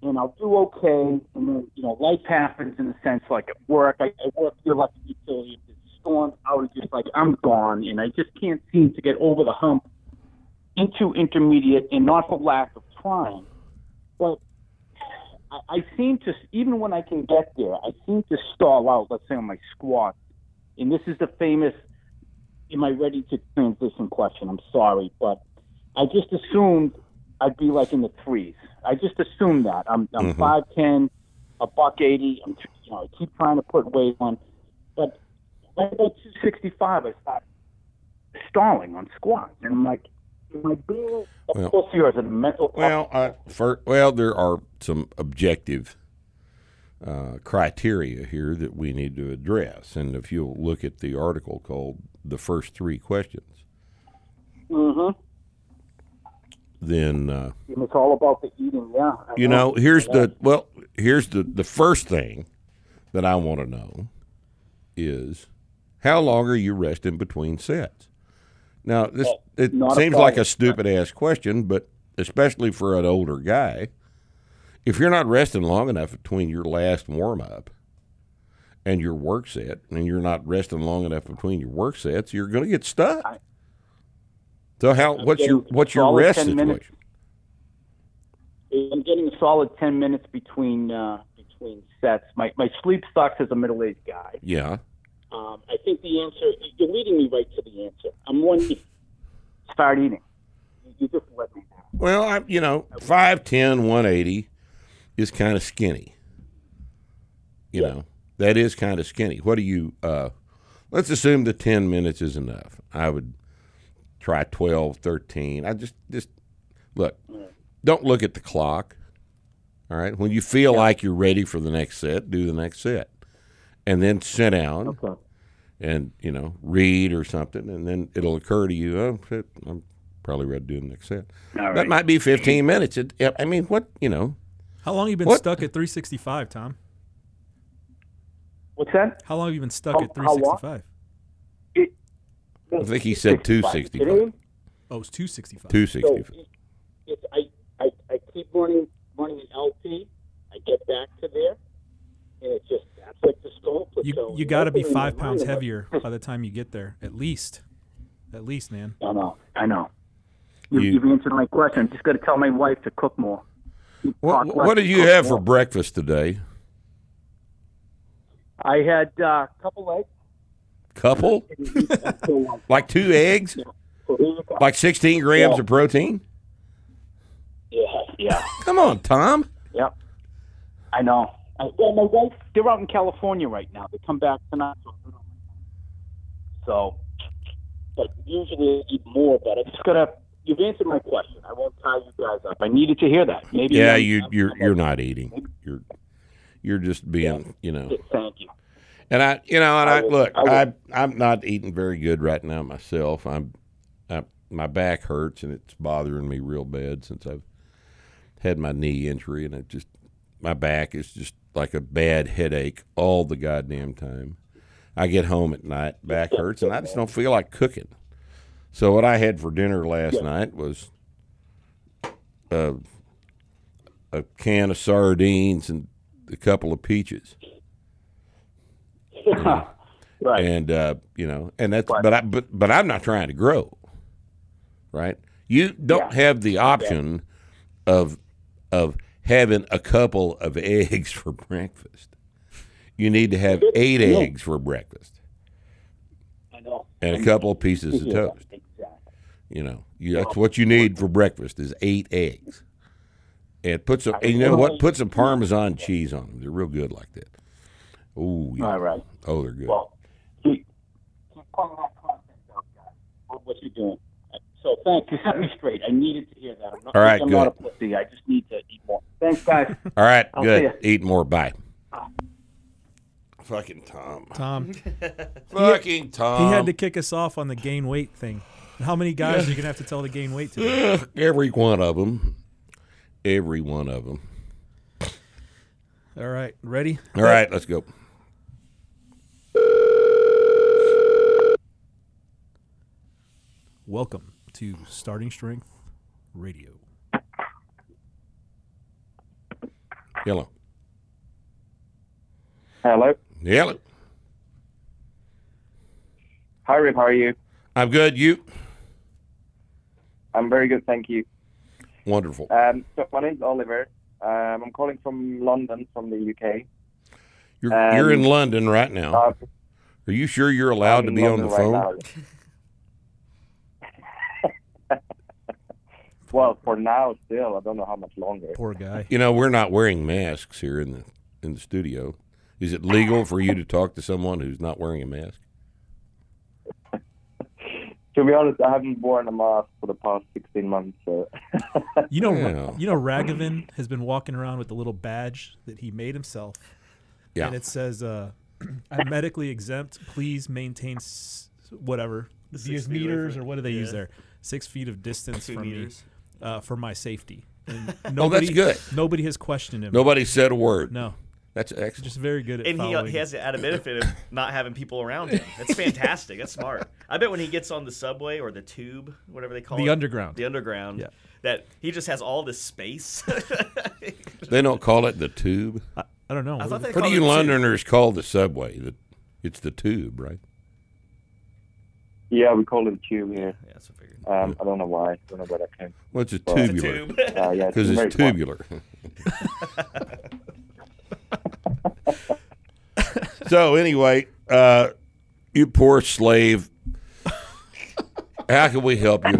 Speaker 11: and I'll do okay. And then you know life happens in the sense like at work. I, I work the electric utility. There's storms, outages. Like I'm gone, and I just can't seem to get over the hump into intermediate, and not for lack of trying, but. I- I seem to, even when I can get there, I seem to stall out, let's say on my squat, and this is the famous am i ready to transition question i'm sorry but i just assumed i'd be like in the threes i just assumed that i'm,
Speaker 12: Mhm.
Speaker 11: I'm
Speaker 4: Mm-hmm.
Speaker 11: 510 a buck 80 i'm tr- you know i keep trying to put weight on but right about 265 i start stalling on squats and i'm like am i being a
Speaker 4: Well-
Speaker 11: pussy or is it a mental
Speaker 4: well I, For, well, there are some objective uh, criteria here that we need to address, and if you'll look at the article called "The First Three Questions,"
Speaker 11: hmm
Speaker 4: then uh,
Speaker 11: and it's all about the eating yeah I
Speaker 4: you know here's
Speaker 11: Yeah.
Speaker 4: the well here's the the first thing that I want to know is how long are you resting between sets? Now this it
Speaker 13: not a
Speaker 4: seems like
Speaker 13: problem.
Speaker 4: a stupid ass question, but especially for an older guy, if you're not resting long enough between your last warm up and your work set, and you're not resting long enough between your work sets, you're going to get stuck. so how what's your
Speaker 11: getting
Speaker 4: what's your
Speaker 11: solid
Speaker 4: rest
Speaker 11: 10
Speaker 4: situation?
Speaker 11: minutes. I'm getting a solid ten minutes between uh, between sets. My my sleep sucks as a middle aged guy.
Speaker 4: Yeah.
Speaker 11: Um, I think the answer you're leading me right to the answer. I'm one. Start eating. You, you just let me.
Speaker 4: Well, I, you know, 5'10", 180 is kind of skinny. You know, that is kind of skinny. What do you, uh, let's assume the 10 minutes is enough. I would try 12, 13. I just, just look, don't look at the clock. All right. When you feel like you're ready for the next set, do the next set. And then sit down and, you know, read or something. And then it'll occur to you, oh, shit, I'm probably ready to do the next set. That
Speaker 11: All right.
Speaker 4: might be 15 minutes. It, yeah, I mean, what, you know,
Speaker 8: How long you been
Speaker 4: What?
Speaker 8: stuck at 365, Tom?
Speaker 11: What's that?
Speaker 8: How long have you been stuck
Speaker 11: How-
Speaker 8: at
Speaker 11: how long?
Speaker 8: 365?
Speaker 4: I think he said 265.
Speaker 8: Oh, it's 265.
Speaker 4: 265.
Speaker 11: So it's, I, I I keep running running an LP. I get back to there, and it's just that's like the skull
Speaker 8: You,
Speaker 11: plateau.
Speaker 8: you got to be
Speaker 11: Nothing in my
Speaker 8: five pounds
Speaker 11: mind.
Speaker 8: heavier by the time you get there, at least. At least, man.
Speaker 11: I know. I know. You,
Speaker 4: You-
Speaker 11: you, have answered my question. I'm just going to tell my wife to cook more.
Speaker 4: What,
Speaker 11: Talk
Speaker 4: what
Speaker 11: less
Speaker 4: did
Speaker 11: and
Speaker 4: you
Speaker 11: cook
Speaker 4: have
Speaker 11: more.
Speaker 4: for breakfast today?
Speaker 11: I had uh, a couple eggs.
Speaker 4: Couple?
Speaker 11: *laughs*
Speaker 4: like two eggs? Like 16 grams
Speaker 11: Yeah.
Speaker 4: of protein?
Speaker 11: Yeah, yeah,
Speaker 4: Come on, Tom.
Speaker 11: yep. I know. I, well, my wife, they're out in California right now. They come back tonight. so I'm gonna- So, but usually I eat more, but I just got to, you've answered my question. I won't tie you guys up. I needed to hear that. Maybe
Speaker 4: yeah,
Speaker 11: I'm-
Speaker 4: you,
Speaker 11: I'm-
Speaker 4: you're
Speaker 11: I'm
Speaker 4: you're
Speaker 11: a-
Speaker 4: not eating. You're you're just being, you know.
Speaker 11: Thank you.
Speaker 4: And I, you know, and I,
Speaker 11: I will-
Speaker 4: look,
Speaker 11: I will.
Speaker 4: I, I'm not eating very good right now myself. I'm, I, my back hurts and it's bothering me real bad since I've had my knee injury, and it just, my back is just like a bad headache all the goddamn time. I get home at night, back hurts, and I just don't feel like cooking. So what I had for dinner last night was a, a can of sardines and a couple of peaches.
Speaker 11: *laughs* Right.
Speaker 4: And uh, you know, and that's but I but but I'm not trying to grow. Right? You don't have the option of of having a couple of *laughs* eggs for breakfast. You need to have eight
Speaker 11: Yeah.
Speaker 4: eggs for breakfast
Speaker 11: I know.
Speaker 4: and a couple of pieces of
Speaker 11: Yeah,
Speaker 4: toast. You know, you, that's what you need for breakfast is eight eggs. And put some, and you know what? Put some Parmesan cheese on them. They're real good like that. Oh, yeah.
Speaker 11: All right.
Speaker 4: Oh, they're good.
Speaker 11: What you doing? So thank you. Set me straight. I needed to hear that. I'm not,
Speaker 4: All right,
Speaker 11: I'm not a
Speaker 4: good.
Speaker 11: pussy. I just need to eat more. Thanks, guys.
Speaker 4: *laughs* All right,
Speaker 11: I'll see ya.
Speaker 4: good. Eat more. Bye. Fucking
Speaker 11: *laughs*
Speaker 4: Tom. *laughs*
Speaker 8: Tom.
Speaker 4: Fucking Tom.
Speaker 8: He had to kick us off on the gain weight thing. How many guys are you going to have to tell to gain
Speaker 4: *laughs*
Speaker 8: weight today?
Speaker 4: Every one of them. Every one of them.
Speaker 8: All right. Ready?
Speaker 4: All right, let's go.
Speaker 8: Welcome to Starting Strength Radio.
Speaker 4: Hello.
Speaker 12: Hello.
Speaker 4: Hello.
Speaker 12: Hi, Rib. How are you?
Speaker 4: I'm good. You?
Speaker 12: I'm very good, thank you.
Speaker 4: Wonderful.
Speaker 12: Um, so my name's Oliver. Um, I'm calling from London, from the UK.
Speaker 4: You're,
Speaker 12: Um,
Speaker 4: you're in London right now.
Speaker 12: uh,
Speaker 4: Are you sure you're allowed to
Speaker 12: in
Speaker 4: be on the
Speaker 12: London right
Speaker 4: phone?
Speaker 12: now. *laughs* well, for now, still, I don't know how much longer.
Speaker 8: Poor guy.
Speaker 4: You know, we're not wearing masks here in the in the studio. Is it legal for you to talk to someone who's not wearing a mask?
Speaker 12: To be honest, I haven't worn a mask for the past 16 months.
Speaker 6: *laughs*
Speaker 12: So.
Speaker 8: You know,
Speaker 4: Yeah.
Speaker 8: you know, Ragavan has been walking around with a little badge that he made himself.
Speaker 4: Yeah.
Speaker 8: And it says, uh, *clears throat* "I'm medically exempt. Please maintain s- whatever
Speaker 5: Six
Speaker 8: these
Speaker 5: feet away
Speaker 8: meters
Speaker 5: from-
Speaker 8: or what do they use
Speaker 5: yeah.
Speaker 8: there? Six feet of distance
Speaker 5: Two
Speaker 8: from
Speaker 5: meters.
Speaker 8: me uh, for my safety." And *laughs*
Speaker 4: Oh, that's good.
Speaker 8: Nobody has questioned him.
Speaker 4: Nobody said a word.
Speaker 8: No.
Speaker 4: That's excellent.
Speaker 8: Just very good at
Speaker 6: And he, uh,
Speaker 8: following.
Speaker 6: he has the added benefit
Speaker 8: *laughs*
Speaker 6: of not having people around him. That's fantastic. That's smart. I bet when he gets on the subway or the tube, whatever they call
Speaker 8: The
Speaker 6: it,
Speaker 8: underground.
Speaker 6: the underground,
Speaker 8: Yeah.
Speaker 6: that he just has all this space. *laughs*
Speaker 4: They don't call it the tube. I,
Speaker 8: I don't know.
Speaker 6: I What thought is it? they
Speaker 4: what do
Speaker 6: called
Speaker 4: you
Speaker 6: it the tube.
Speaker 4: Londoners call the subway? The, it's the tube, right?
Speaker 12: *laughs* Yeah, we call it a tube here.
Speaker 6: Yeah, that's what I figured.
Speaker 12: Um, I don't know why. I don't know where that came
Speaker 4: Well, it's a
Speaker 12: But-
Speaker 4: tubular.
Speaker 12: Uh, *laughs* yeah,
Speaker 4: Because
Speaker 12: very
Speaker 4: it's
Speaker 12: small.
Speaker 4: tubular. so anyway, uh, you poor slave. How can we help you?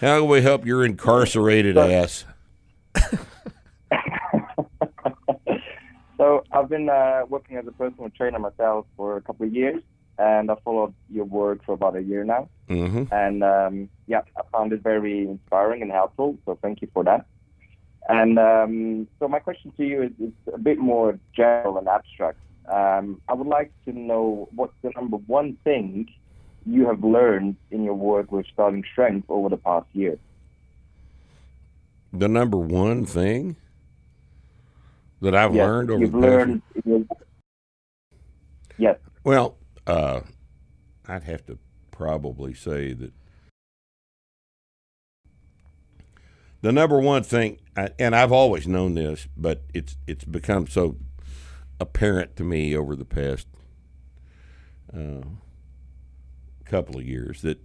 Speaker 4: How can we help your incarcerated ass?
Speaker 12: So I've been uh, working as a personal trainer myself for a couple of years, and I followed your work for about a year now.
Speaker 4: Mm-hmm.
Speaker 12: And um, yeah, I found it very inspiring and helpful. So thank you for that. And um, so my question to you is, is a bit more general and abstract. Um, I would like to know what's the number one thing you have learned in your work with starting strength over the past year.
Speaker 4: The number one thing that I've
Speaker 12: Yes,
Speaker 4: learned over
Speaker 12: you've
Speaker 4: the past
Speaker 12: learned. in your- Yes.
Speaker 4: Well, uh, I'd have to probably say that the number one thing, I- and I've always known this, but it's it's become so apparent to me over the past uh, couple of years that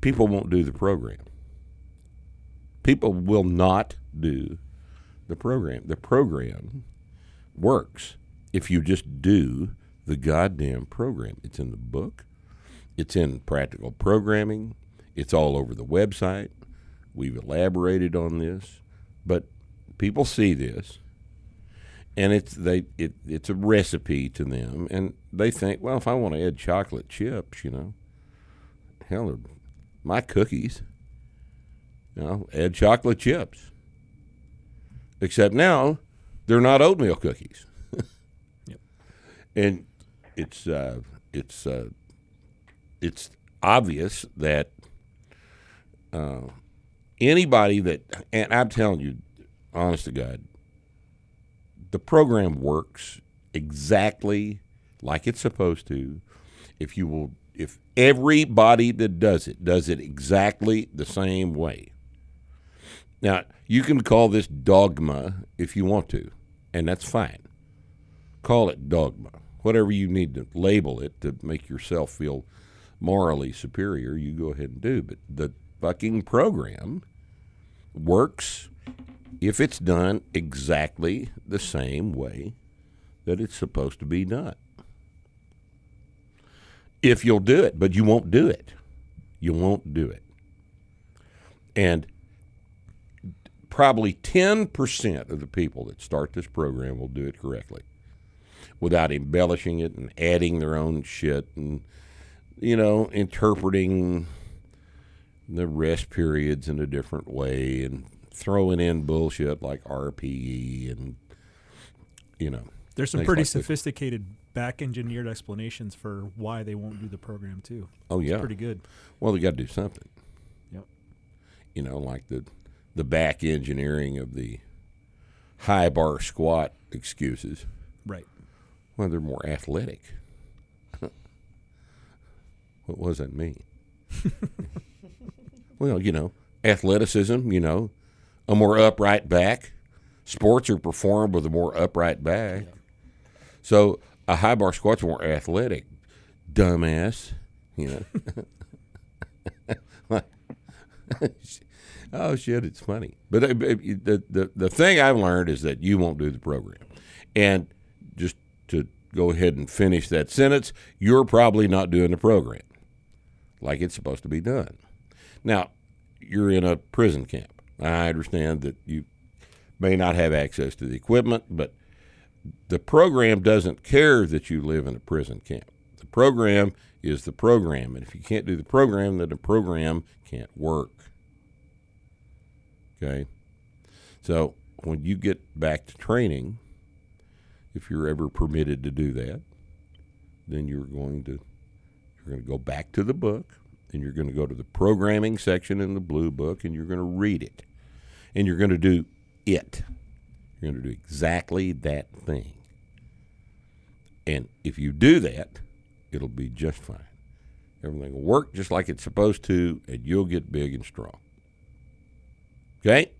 Speaker 4: people won't do the program. People will not do the program. The program works if you just do the goddamn program. It's in the book, it's in practical programming, it's all over the website. We've elaborated on this, but people see this. And it's they it, it's a recipe to them, and they think, well, if I want to add chocolate chips, you know, hell, they're- my cookies, you know, add chocolate chips. Except now, they're not oatmeal cookies and it's uh, it's uh, it's obvious that uh, anybody that and I'm telling you, honest to God, the program works exactly like it's supposed to. If you will, if everybody that does it does it exactly the same way. Now you can call this dogma if you want to, and that's fine call it dogma, whatever you need to label it to make yourself feel morally superior, you go ahead and do. But the fucking program works if it's done exactly the same way that it's supposed to be done. If you'll do it, but you won't do it. You won't do it. And probably 10% of the people that start this program will do it correctly without embellishing it and adding their own shit and, you know, interpreting the rest periods in a different way and throwing in bullshit like RPE and, you know.
Speaker 8: There's some
Speaker 4: things
Speaker 8: pretty
Speaker 4: like this.
Speaker 8: sophisticated back engineered explanations for why they won't do the program too.
Speaker 4: Oh
Speaker 8: It's
Speaker 4: yeah,
Speaker 8: pretty good.
Speaker 4: Well, they got to do something.
Speaker 8: Yep.
Speaker 4: You know, like the the back engineering of the high bar squat excuses.
Speaker 8: Right.
Speaker 4: Well, they're more athletic. *laughs* what does that mean? well, you know, athleticism. You know, a more upright back. Sports are performed with a more upright back. So a high bar squat's more athletic, dumbass. You know. *laughs* oh shit, it's funny. But uh, but you- the, the the thing I've learned is that you won't do the program. And just to go ahead and finish that sentence, you're probably not doing the program like it's supposed to be done. Now, you're in a prison camp. I understand that you may not have access to the equipment, but the program doesn't care that you live in a prison camp. The program is the program. And if you can't do the program, then the program can't work. Okay? So when you get back to training, if you're ever permitted to do that, then you're going to you're going to go back to the book and you're going to go to the programming section in the blue book and you're going to read it. And you're going to do it. You're going to do exactly that thing. And if you do that, it'll be just fine. Everything will work just like it's supposed to, and you'll get big and strong. Okay?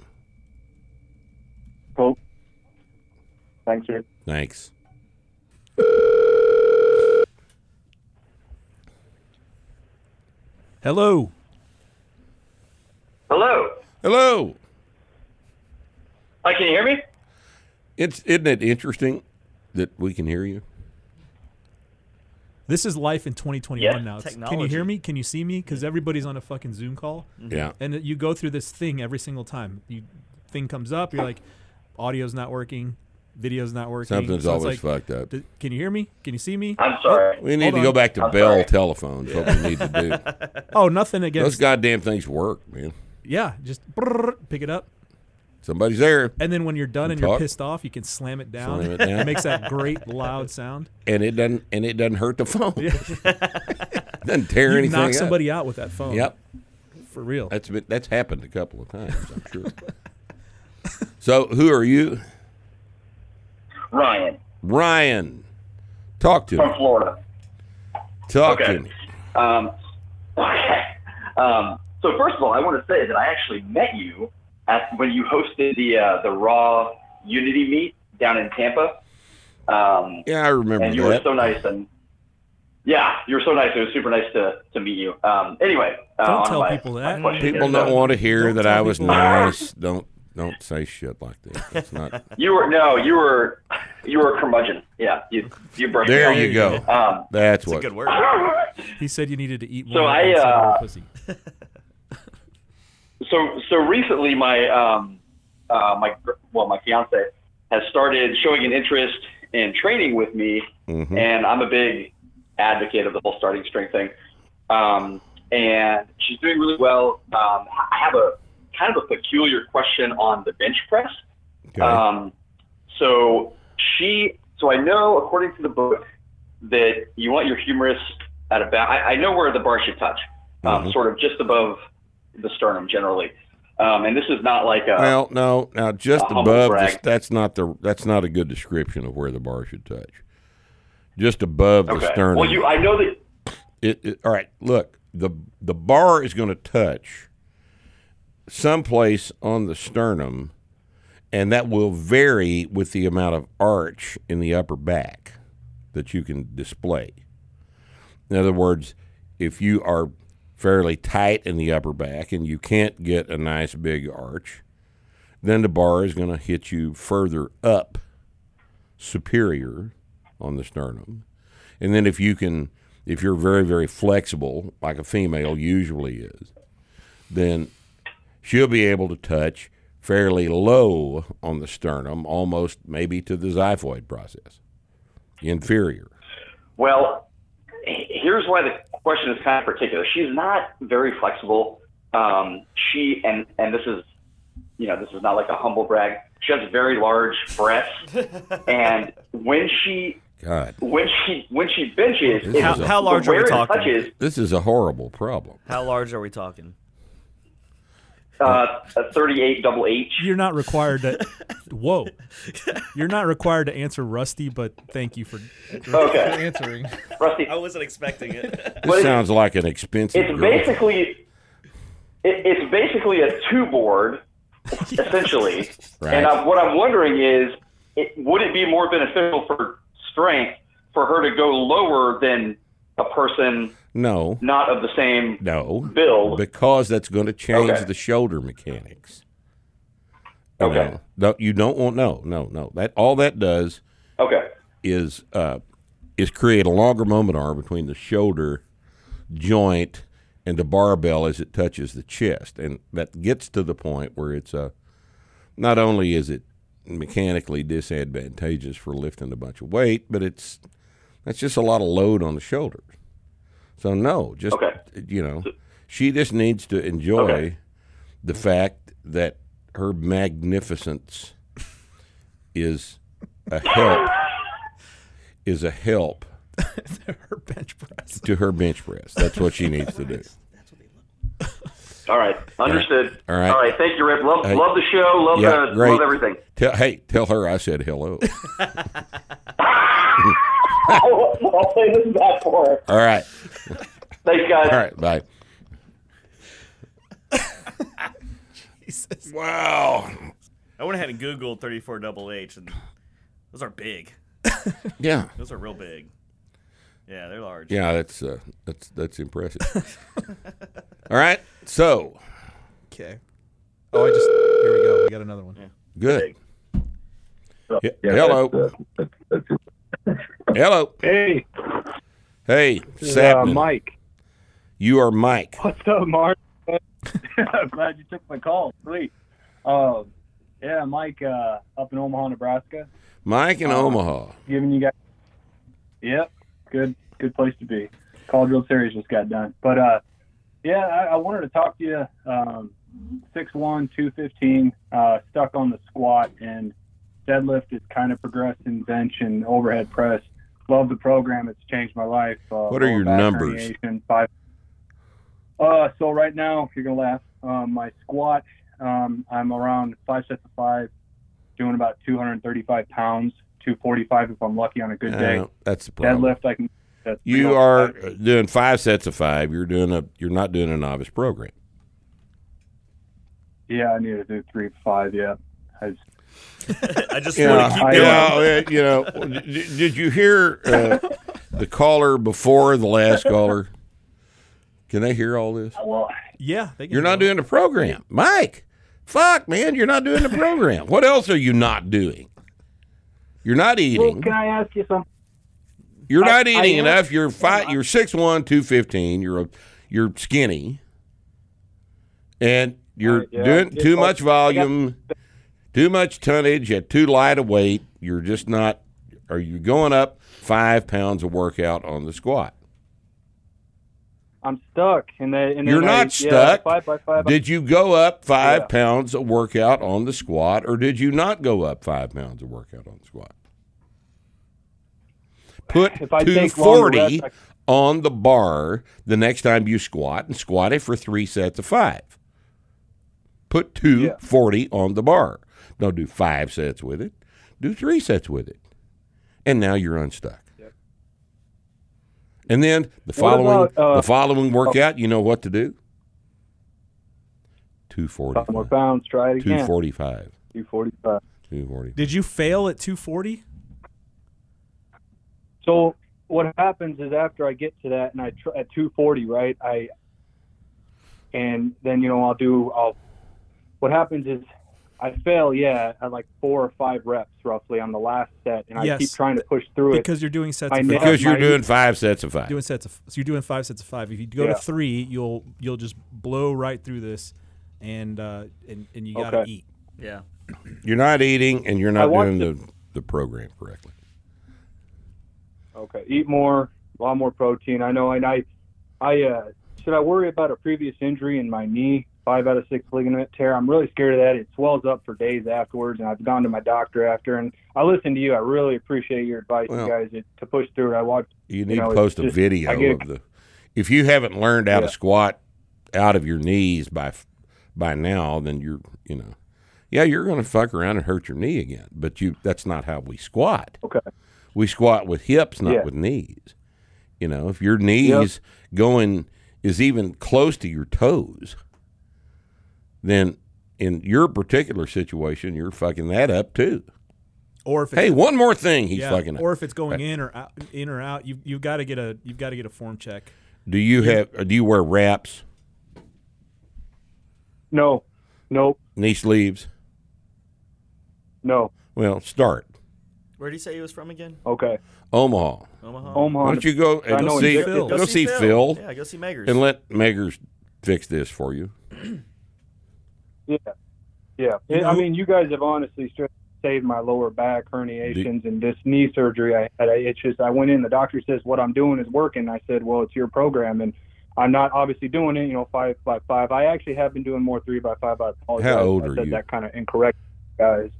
Speaker 12: Cool. Thanks, Rick.
Speaker 4: Thanks.
Speaker 8: Hello.
Speaker 14: Hello.
Speaker 4: Hello.
Speaker 14: Hi, can you hear me?
Speaker 4: It's isn't it interesting that we can hear you?
Speaker 8: This is life in 2021
Speaker 4: Yeah,
Speaker 8: now. It's, can you
Speaker 4: technology.
Speaker 8: hear me? Can you see me? Because everybody's on a fucking Zoom call.
Speaker 14: Mm-hmm.
Speaker 4: Mhm. Yeah.
Speaker 8: And you go through this thing every single time. You thing comes up. You're like, audio's not working, video's not working.
Speaker 4: Something's
Speaker 8: So it's
Speaker 4: always
Speaker 8: like,
Speaker 4: fucked up.
Speaker 8: "D- Can you hear me? Can you see me? Oh,
Speaker 14: I'm sorry.
Speaker 4: We need to go back to Bell telephones. What we need to
Speaker 14: *laughs*
Speaker 4: do.
Speaker 8: *laughs* Oh, nothing against.
Speaker 4: Those goddamn things work, man.
Speaker 8: yeah, just brrr, pick it up.
Speaker 4: Somebody's there.
Speaker 8: And then when you're done
Speaker 4: You
Speaker 8: and
Speaker 4: talk.
Speaker 8: you're pissed off, you can slam *laughs* it down.
Speaker 4: Slam it down.
Speaker 8: makes that great loud sound.
Speaker 4: and it doesn't and it doesn't hurt the phone. *laughs* doesn't tear
Speaker 8: You
Speaker 4: anything.
Speaker 8: knock
Speaker 4: up.
Speaker 8: somebody out with that phone.
Speaker 4: Yep,
Speaker 8: for real.
Speaker 4: That's been, that's happened a couple of times, I'm sure. *laughs* so, who are you,
Speaker 14: Ryan
Speaker 4: Ryan? Talk to
Speaker 14: from
Speaker 4: me.
Speaker 14: Florida.
Speaker 4: Talk
Speaker 14: Okay.
Speaker 4: to me.
Speaker 14: Um, okay. Um, so first of all, I want to say that I actually met you at when you hosted the uh, the Raw Unity meet down in Tampa. Um,
Speaker 4: Yeah, I remember
Speaker 14: and you
Speaker 4: that.
Speaker 14: were so nice and yeah, you were so nice. It was super nice to, to meet you. Um, anyway, uh,
Speaker 8: Don't
Speaker 14: on
Speaker 8: tell
Speaker 14: my-
Speaker 8: people
Speaker 14: my
Speaker 8: that.
Speaker 14: question uh, here,
Speaker 4: People
Speaker 14: so-
Speaker 4: don't want to hear
Speaker 14: Don't
Speaker 4: that
Speaker 14: tell
Speaker 4: I was
Speaker 14: people.
Speaker 4: nice. Don't don't say shit like that. It's
Speaker 8: *laughs*
Speaker 4: not.
Speaker 14: You were no, you were you were a curmudgeon. Yeah, you you brushed.
Speaker 4: There
Speaker 14: it off.
Speaker 4: you go.
Speaker 14: Um,
Speaker 4: That's That's a what- good word.
Speaker 8: He said you needed to eat more.
Speaker 14: So I,
Speaker 8: and suck more
Speaker 14: uh,
Speaker 8: pussy.
Speaker 14: so so recently my um uh my gr- well my fiance has started showing an interest in training with me
Speaker 4: Mm-hmm.
Speaker 14: and I'm a big advocate of the whole starting strength thing. Um, and she's doing really well. Um, I have a kind of a peculiar question on the bench press. Um, so she, so I know according to the book that you want your humerus at about. I, I know where the bar should touch, um,
Speaker 4: Mm-hmm.
Speaker 14: sort of just above the sternum generally. Um, and this is not like a
Speaker 4: Well, no, now just
Speaker 14: a humble
Speaker 4: above.
Speaker 14: brag.
Speaker 4: this- that's not the. That's not a good description of where the bar should touch. Just above the
Speaker 14: okay.
Speaker 4: sternum.
Speaker 14: Well, you, I know that
Speaker 4: It, it- all right. Look, the the bar is going to touch someplace on the sternum, and that will vary with the amount of arch in the upper back that you can display. In other words, if you are fairly tight in the upper back and you can't get a nice big arch, then the bar is going to hit you further up superior on the sternum. And then if you can if you're very, very flexible, like a female usually is, then she'll be able to touch fairly low on the sternum, almost maybe to the xiphoid process, inferior.
Speaker 14: Well, h- here's why the question is kind of particular. She's not very flexible. Um, she and and this is, you know, this is not like a humble brag. She has very large
Speaker 6: *laughs*
Speaker 14: breasts, and when she
Speaker 4: God.
Speaker 14: when she when she benches,
Speaker 4: This
Speaker 14: it's-
Speaker 4: is a-
Speaker 6: how large are we
Speaker 14: where it
Speaker 6: talking?
Speaker 14: touches,
Speaker 4: This is a horrible problem.
Speaker 6: How large are we talking?
Speaker 14: uh, a thirty-eight double H.
Speaker 8: You're not required to. whoa. You're not required to answer Rusty, but thank you for, for
Speaker 14: Okay.
Speaker 8: answering.
Speaker 14: Rusty,
Speaker 6: I wasn't expecting it.
Speaker 4: This sounds like an expensive.
Speaker 14: It's
Speaker 4: girl.
Speaker 14: basically it, it's basically a two
Speaker 4: *laughs*
Speaker 14: board, essentially.
Speaker 4: Right.
Speaker 14: And I, what I'm wondering is, it, would it be more beneficial for strength for her to go lower than a person
Speaker 4: No,
Speaker 14: not of the same?
Speaker 4: no.
Speaker 14: Build.
Speaker 4: Because that's going to change
Speaker 14: Okay.
Speaker 4: the shoulder mechanics. Okay. No, you don't want no, no, no. That all that does.
Speaker 14: Okay.
Speaker 4: Is uh, is create a longer moment arm between the shoulder joint and the barbell as it touches the chest, and that gets to the point where it's a. Not only is it mechanically disadvantageous for lifting a bunch of weight, but it's that's just a lot of load on the shoulders. So no, just you know, she just needs to enjoy the fact that her magnificence is a
Speaker 14: *laughs*
Speaker 4: help is a help
Speaker 8: *laughs* her bench press.
Speaker 4: to her bench press. That's what she needs to do.
Speaker 14: All right, understood.
Speaker 4: All right.
Speaker 14: All right. Thank you, Rip. Love,
Speaker 4: Hey.
Speaker 14: love the show. Love
Speaker 4: Yeah,
Speaker 14: the,
Speaker 4: great. *laughs*
Speaker 14: love everything.
Speaker 4: Tell, hey, tell her I said
Speaker 14: *laughs*
Speaker 4: hello. *laughs*
Speaker 14: I'll say this back for her.
Speaker 4: All right.
Speaker 14: Thanks, guys.
Speaker 4: All right, bye.
Speaker 8: Jesus.
Speaker 4: Wow.
Speaker 6: I went ahead and Googled 34 double H, and those are
Speaker 8: *laughs*
Speaker 6: big.
Speaker 4: Yeah.
Speaker 6: Those are real big. Yeah, they're large.
Speaker 4: Yeah, that's uh, that's that's impressive. *laughs* All right, so
Speaker 8: Okay. Oh, I just. Here we go. We got another one.
Speaker 4: good. He-
Speaker 8: Yeah,
Speaker 4: hello.
Speaker 15: uh,
Speaker 4: hello.
Speaker 15: Hey.
Speaker 4: Hey,
Speaker 15: is,
Speaker 4: Sapman.
Speaker 15: uh, Mike.
Speaker 4: You are Mike.
Speaker 15: *laughs* What's up, Mark? I'm *laughs* glad you took my call. Sweet. Um, yeah, Mike, uh, up in Omaha, Nebraska.
Speaker 4: Mike in Omaha.
Speaker 15: Uh, Giving you guys. Yep. Good. Good place to be. Caldwell Series just got done, but uh, yeah, I, I wanted to talk to you. Um, 6'1", 215, uh, stuck on the squat and deadlift is kind of progressing bench and overhead press. Love the program. It's changed my life. Uh,
Speaker 4: What are
Speaker 15: lower
Speaker 4: your
Speaker 15: back
Speaker 4: numbers?
Speaker 15: herniation, Five. Uh, so right now, you're gonna laugh. Um, my squat, um, I'm around five sets of five, doing about 235 pounds, 245 if I'm lucky on a good
Speaker 4: Uh,
Speaker 15: day.
Speaker 4: that's the problem.
Speaker 15: Deadlift, I can. That's
Speaker 4: You are doing five sets of five. You're doing a. You're not doing a novice program.
Speaker 15: Yeah, I need to do three five. Yeah. I
Speaker 6: *laughs*
Speaker 15: just,
Speaker 6: I just
Speaker 4: Yeah,
Speaker 6: want to
Speaker 4: I-
Speaker 6: keep going.
Speaker 4: yeah, uh, you know, d- d- did you hear uh, *laughs* the caller before the last caller? Can they hear all this?
Speaker 15: Well,
Speaker 8: yeah. They can
Speaker 4: You're not
Speaker 8: go.
Speaker 4: doing the program, Mike. Fuck, man, you're not doing the program. What else are you not doing? You're not
Speaker 15: well,
Speaker 4: eating.
Speaker 15: can I ask you something?
Speaker 4: You're
Speaker 15: I-
Speaker 4: not
Speaker 15: I
Speaker 4: eating
Speaker 15: am-
Speaker 4: enough. You're five. You're six one, two fifteen. You're a, you're skinny, and you're
Speaker 15: Uh, yeah,
Speaker 4: doing
Speaker 15: it's
Speaker 4: too
Speaker 15: like-
Speaker 4: much volume, too much tonnage at too light a weight. You're just not. Are you going up five pounds of workout on the squat?
Speaker 15: I'm stuck, and they and
Speaker 4: You're
Speaker 15: then I-
Speaker 4: not
Speaker 15: Yeah,
Speaker 4: stuck.
Speaker 15: five by five.
Speaker 4: Did you go up five pounds of workout on the squat, or did you not go up five pounds of workout on the squat? Put
Speaker 15: If I take longer
Speaker 4: 240
Speaker 15: reps,
Speaker 4: on the bar the next time you squat and squat it for three sets of five. Put 240 on the bar. Don't do five sets with it, do three sets with it. And now you're unstuck. And then the
Speaker 15: What
Speaker 4: following
Speaker 15: about, uh,
Speaker 4: the following workout, you know what to do? 240.
Speaker 15: Five more pounds. Try it again.
Speaker 4: 245.
Speaker 15: Two forty-five.
Speaker 4: 240.
Speaker 8: Did you fail at 240?
Speaker 15: So what happens is after I get to that, and I tr- at two forty, right? I and then you know I'll do. I'll. What happens is I fail, yeah, at like four or five reps roughly on the last set, and I
Speaker 8: Yes.
Speaker 15: keep trying to push through it
Speaker 8: Because you're doing sets
Speaker 15: I
Speaker 8: of
Speaker 15: know
Speaker 8: five.
Speaker 4: Because you're doing five sets of five.
Speaker 8: Doing sets of so you're doing five sets of five. If you go
Speaker 15: Yeah.
Speaker 8: to three, you'll you'll just blow right through this, and uh, and and you gotta
Speaker 15: Okay.
Speaker 8: eat.
Speaker 6: Yeah.
Speaker 4: You're not eating and you're
Speaker 15: I
Speaker 4: not
Speaker 15: want
Speaker 4: doing the, the program correctly.
Speaker 15: Okay, eat more, a lot more protein. I know, and I, I uh, should I worry about a previous injury in my knee, five out of six ligament tear? I'm really scared of that. It swells up for days afterwards, and I've gone to my doctor after. And I listened to you. I really appreciate your advice,
Speaker 4: Well-
Speaker 15: you guys, it, to push through it. I watched.
Speaker 4: You need
Speaker 15: know,
Speaker 4: to post
Speaker 15: it's
Speaker 4: a
Speaker 15: just-
Speaker 4: video
Speaker 15: I get-
Speaker 4: of the. If you haven't learned how to
Speaker 15: Yeah.
Speaker 4: squat out of your knees by f- by now, then you're you know, yeah, you're going to fuck around and hurt your knee again. But you that's not how we squat.
Speaker 15: Okay.
Speaker 4: We squat with hips, not
Speaker 15: Yeah.
Speaker 4: with knees. You know, if your knees going is even close to your toes, then in your particular situation, you're fucking that up too.
Speaker 8: Or if it's,
Speaker 4: hey, one more thing, he's
Speaker 8: Yeah,
Speaker 4: fucking up.
Speaker 8: Or if it's going in or out, in or out, you you've got to get a you've got to get a form check.
Speaker 4: Do you have? uh, Do you wear wraps,
Speaker 15: No, nope,
Speaker 4: knee sleeves?
Speaker 15: no.
Speaker 4: Well, start
Speaker 6: Where did he say he was from again?
Speaker 15: Okay.
Speaker 4: Omaha.
Speaker 6: Omaha.
Speaker 15: Omaha.
Speaker 4: Why don't you go
Speaker 15: I
Speaker 4: and
Speaker 15: know
Speaker 4: see?
Speaker 15: it's-
Speaker 4: Go,
Speaker 6: Go
Speaker 4: see
Speaker 6: see
Speaker 4: Phil.
Speaker 6: Phil. Yeah, go see Meggers.
Speaker 4: and let Meggers fix this for you.
Speaker 15: Yeah, yeah.
Speaker 4: You
Speaker 15: It-
Speaker 4: know
Speaker 15: I
Speaker 4: who-
Speaker 15: mean, you guys have honestly stra- saved my lower back herniations and this knee surgery I had. I- It's just I went in. The doctor says what I'm doing is working. I said, well, it's your program, and I'm not obviously doing it. You know, five by five. I actually have been doing more three by five. I apologize.
Speaker 4: How old
Speaker 15: I
Speaker 4: are
Speaker 15: said
Speaker 4: you?
Speaker 15: That kind of incorrect, guys.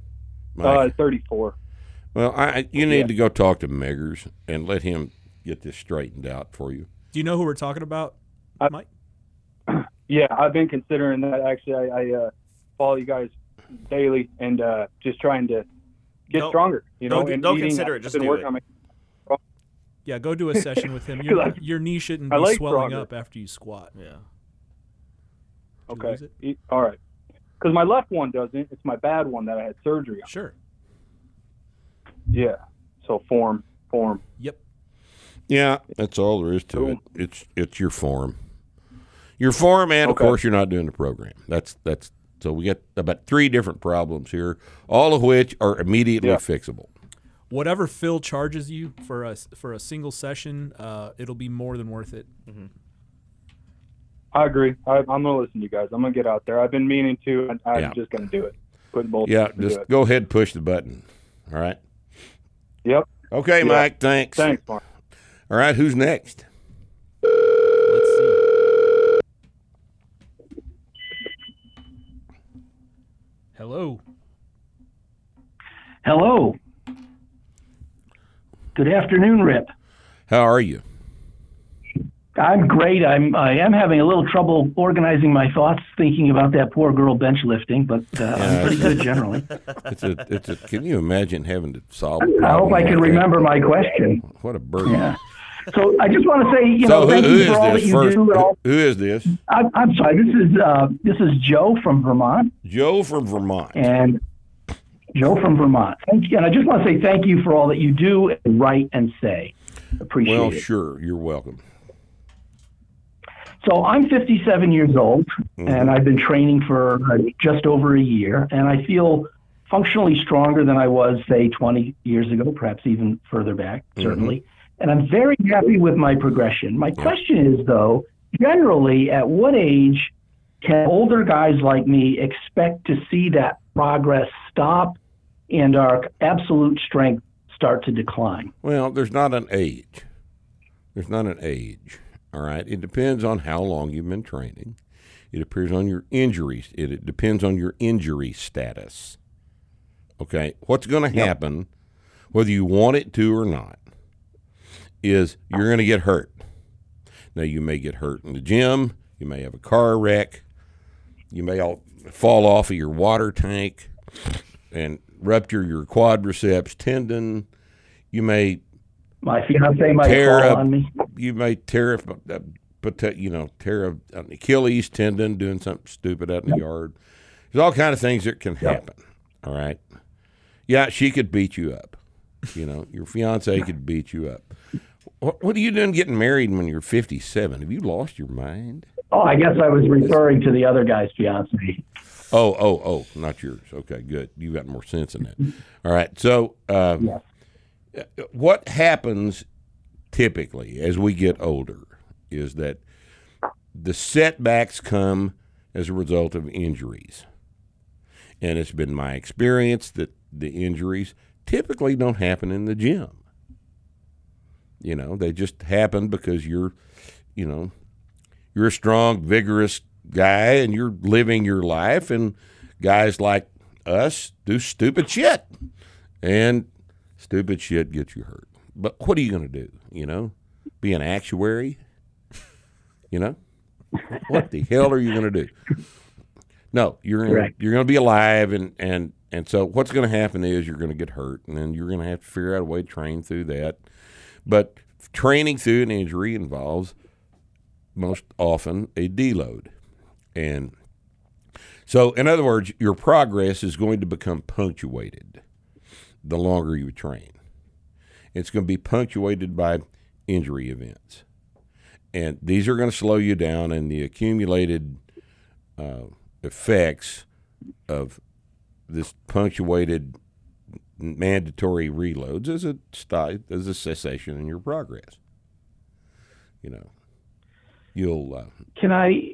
Speaker 15: Uh,
Speaker 4: Mike.
Speaker 15: 34.
Speaker 4: Well, I- I you need
Speaker 15: Yeah.
Speaker 4: to go talk to Meggers and let him get this straightened out for you.
Speaker 8: Do you know who we're talking about? Mike?
Speaker 15: *clears throat* Yeah, I've been considering that. Actually, I, I uh, follow you guys daily and uh, just trying to get
Speaker 6: Don't-
Speaker 15: stronger. You know,
Speaker 6: don't-
Speaker 15: and
Speaker 6: don't
Speaker 15: eating.
Speaker 6: consider it,
Speaker 15: I've
Speaker 6: just
Speaker 15: been
Speaker 6: do
Speaker 15: working
Speaker 6: it.
Speaker 15: on my-
Speaker 8: Yeah, go do a session with him. Your,
Speaker 15: I-
Speaker 8: your knee shouldn't
Speaker 15: I
Speaker 8: be
Speaker 15: like
Speaker 8: swelling
Speaker 15: stronger.
Speaker 8: up after you squat.
Speaker 6: Yeah.
Speaker 15: Okay. E- All right. Because my left one doesn't. It's my bad one that I had surgery on.
Speaker 8: Sure.
Speaker 15: Yeah. So form, form.
Speaker 4: Yeah, that's all there is to it. It's it's your form, your form, and
Speaker 15: Okay.
Speaker 4: of course you're not doing the program. That's that's so we got about three different problems here, all of which are immediately
Speaker 8: Yeah.
Speaker 4: fixable.
Speaker 8: Whatever Phil charges you for a for a single session, uh, it'll be more than worth it.
Speaker 15: I agree. I, I'm gonna listen to you guys. I'm gonna get out there. I've been meaning to, and I'm
Speaker 4: Yeah.
Speaker 15: just gonna do it. Put both.
Speaker 4: Yeah,
Speaker 15: to
Speaker 4: just
Speaker 15: do it.
Speaker 4: go ahead and push the button. All right.
Speaker 15: Yep.
Speaker 4: Okay,
Speaker 15: Yeah.
Speaker 4: Mike. Thanks.
Speaker 15: Thanks, Mark.
Speaker 4: All right. Who's next?
Speaker 8: Hello.
Speaker 16: Hello. Good afternoon, Rip.
Speaker 4: How are you?
Speaker 16: I'm great. I'm I am having a little trouble organizing my thoughts, thinking about that poor girl bench lifting, but uh, I'm pretty good generally.
Speaker 4: It's a, it's a, can you imagine having to solve? a
Speaker 16: I hope
Speaker 4: problem
Speaker 16: I
Speaker 4: like
Speaker 16: can
Speaker 4: that?
Speaker 16: remember my question.
Speaker 4: What a burden.
Speaker 16: Yeah. So I just want to say, you
Speaker 4: so who-
Speaker 16: know, thank
Speaker 4: who
Speaker 16: you
Speaker 4: is
Speaker 16: for all that
Speaker 4: this
Speaker 16: you
Speaker 4: first?
Speaker 16: do. And all.
Speaker 4: Who is this?
Speaker 16: I'm, I'm sorry. This is uh, this is Joe from Vermont,
Speaker 4: Joe from Vermont.
Speaker 16: and Joe from Vermont. Thank you, and I just want to say thank you for all that you do and write and say. Appreciate
Speaker 4: well,
Speaker 16: it.
Speaker 4: sure. You're welcome.
Speaker 16: So I'm 57 years old, and I've been training for uh, just over a year, and I feel functionally stronger than I was, say, 20 years ago, perhaps even further back, certainly. And I'm very happy with my progression. My question is, though, generally, at what age can older guys like me expect to see that progress stop and our absolute strength start to decline?
Speaker 4: Well, there's not an age. There's not an age. All right. It depends on how long you've been training. It appears on your injuries. It, it depends on your injury status. Okay. What's going to happen, whether you want it to or not, is you're going to get hurt. Now, you may get hurt in the gym. You may have a car wreck. You may all fall off of your water tank and rupture your quadriceps tendon. You may
Speaker 16: My fiance might
Speaker 4: tear
Speaker 16: fall
Speaker 4: up-
Speaker 16: on me.
Speaker 4: You may tear up, uh, pota- you know, tear up an Achilles tendon doing something stupid out in the yard. There's all kind of things that can happen. All right. Yeah, she could beat you up. You know, your fiance could beat you up. What, what are you doing getting married when you're 57? Have you lost your mind?
Speaker 16: Oh, I guess I was referring to the other guy's fiance.
Speaker 4: Oh, oh, oh, not yours. Okay, good. You got more sense in that. All right. So, uh, what happens typically as we get older is that the setbacks come as a result of injuries. And it's been my experience that the injuries typically don't happen in the gym. You know, they just happen because you're, you know, you're a strong, vigorous guy and you're living your life and guys like us do stupid shit. And stupid shit gets you hurt. But what are you going to do, you know? Be an actuary? You know? what the hell are you going to do? No, you're gonna,
Speaker 17: Correct.
Speaker 4: you're going to be alive, and and and so what's going to happen is you're going to get hurt, and then you're going to have to figure out a way to train through that. But training through an injury involves most often a deload, and so in other words, your progress is going to become punctuated the longer you train. It's going to be punctuated by injury events and these are going to slow you down and the accumulated uh, effects of this punctuated mandatory reloads is a sti- is a cessation in your progress you know you'll uh,
Speaker 16: Can I?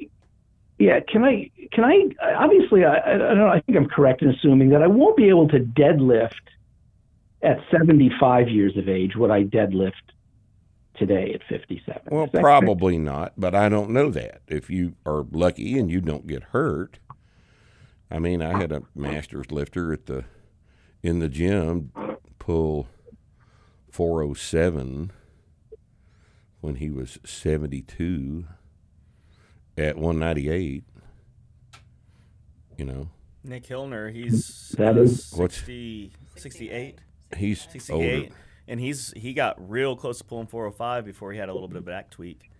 Speaker 16: Yeah, can I? Can I? Obviously, I, I don't know. I think I'm correct in assuming that I won't be able to deadlift at 75 years of age what I deadlift today at 57.
Speaker 4: well
Speaker 16: Is that correct?
Speaker 4: probably not but i don't know that if you are lucky and you don't get hurt i mean i had a masters lifter at the in the gym pull 407 when he was 72 at 198 you know
Speaker 6: Nick Hilner, he's
Speaker 4: That
Speaker 6: uh,
Speaker 4: is-
Speaker 6: 60, 68.
Speaker 4: He's
Speaker 6: 68.
Speaker 4: older.
Speaker 6: And he's he got real close to pulling 405 before he had a little bit of back tweak.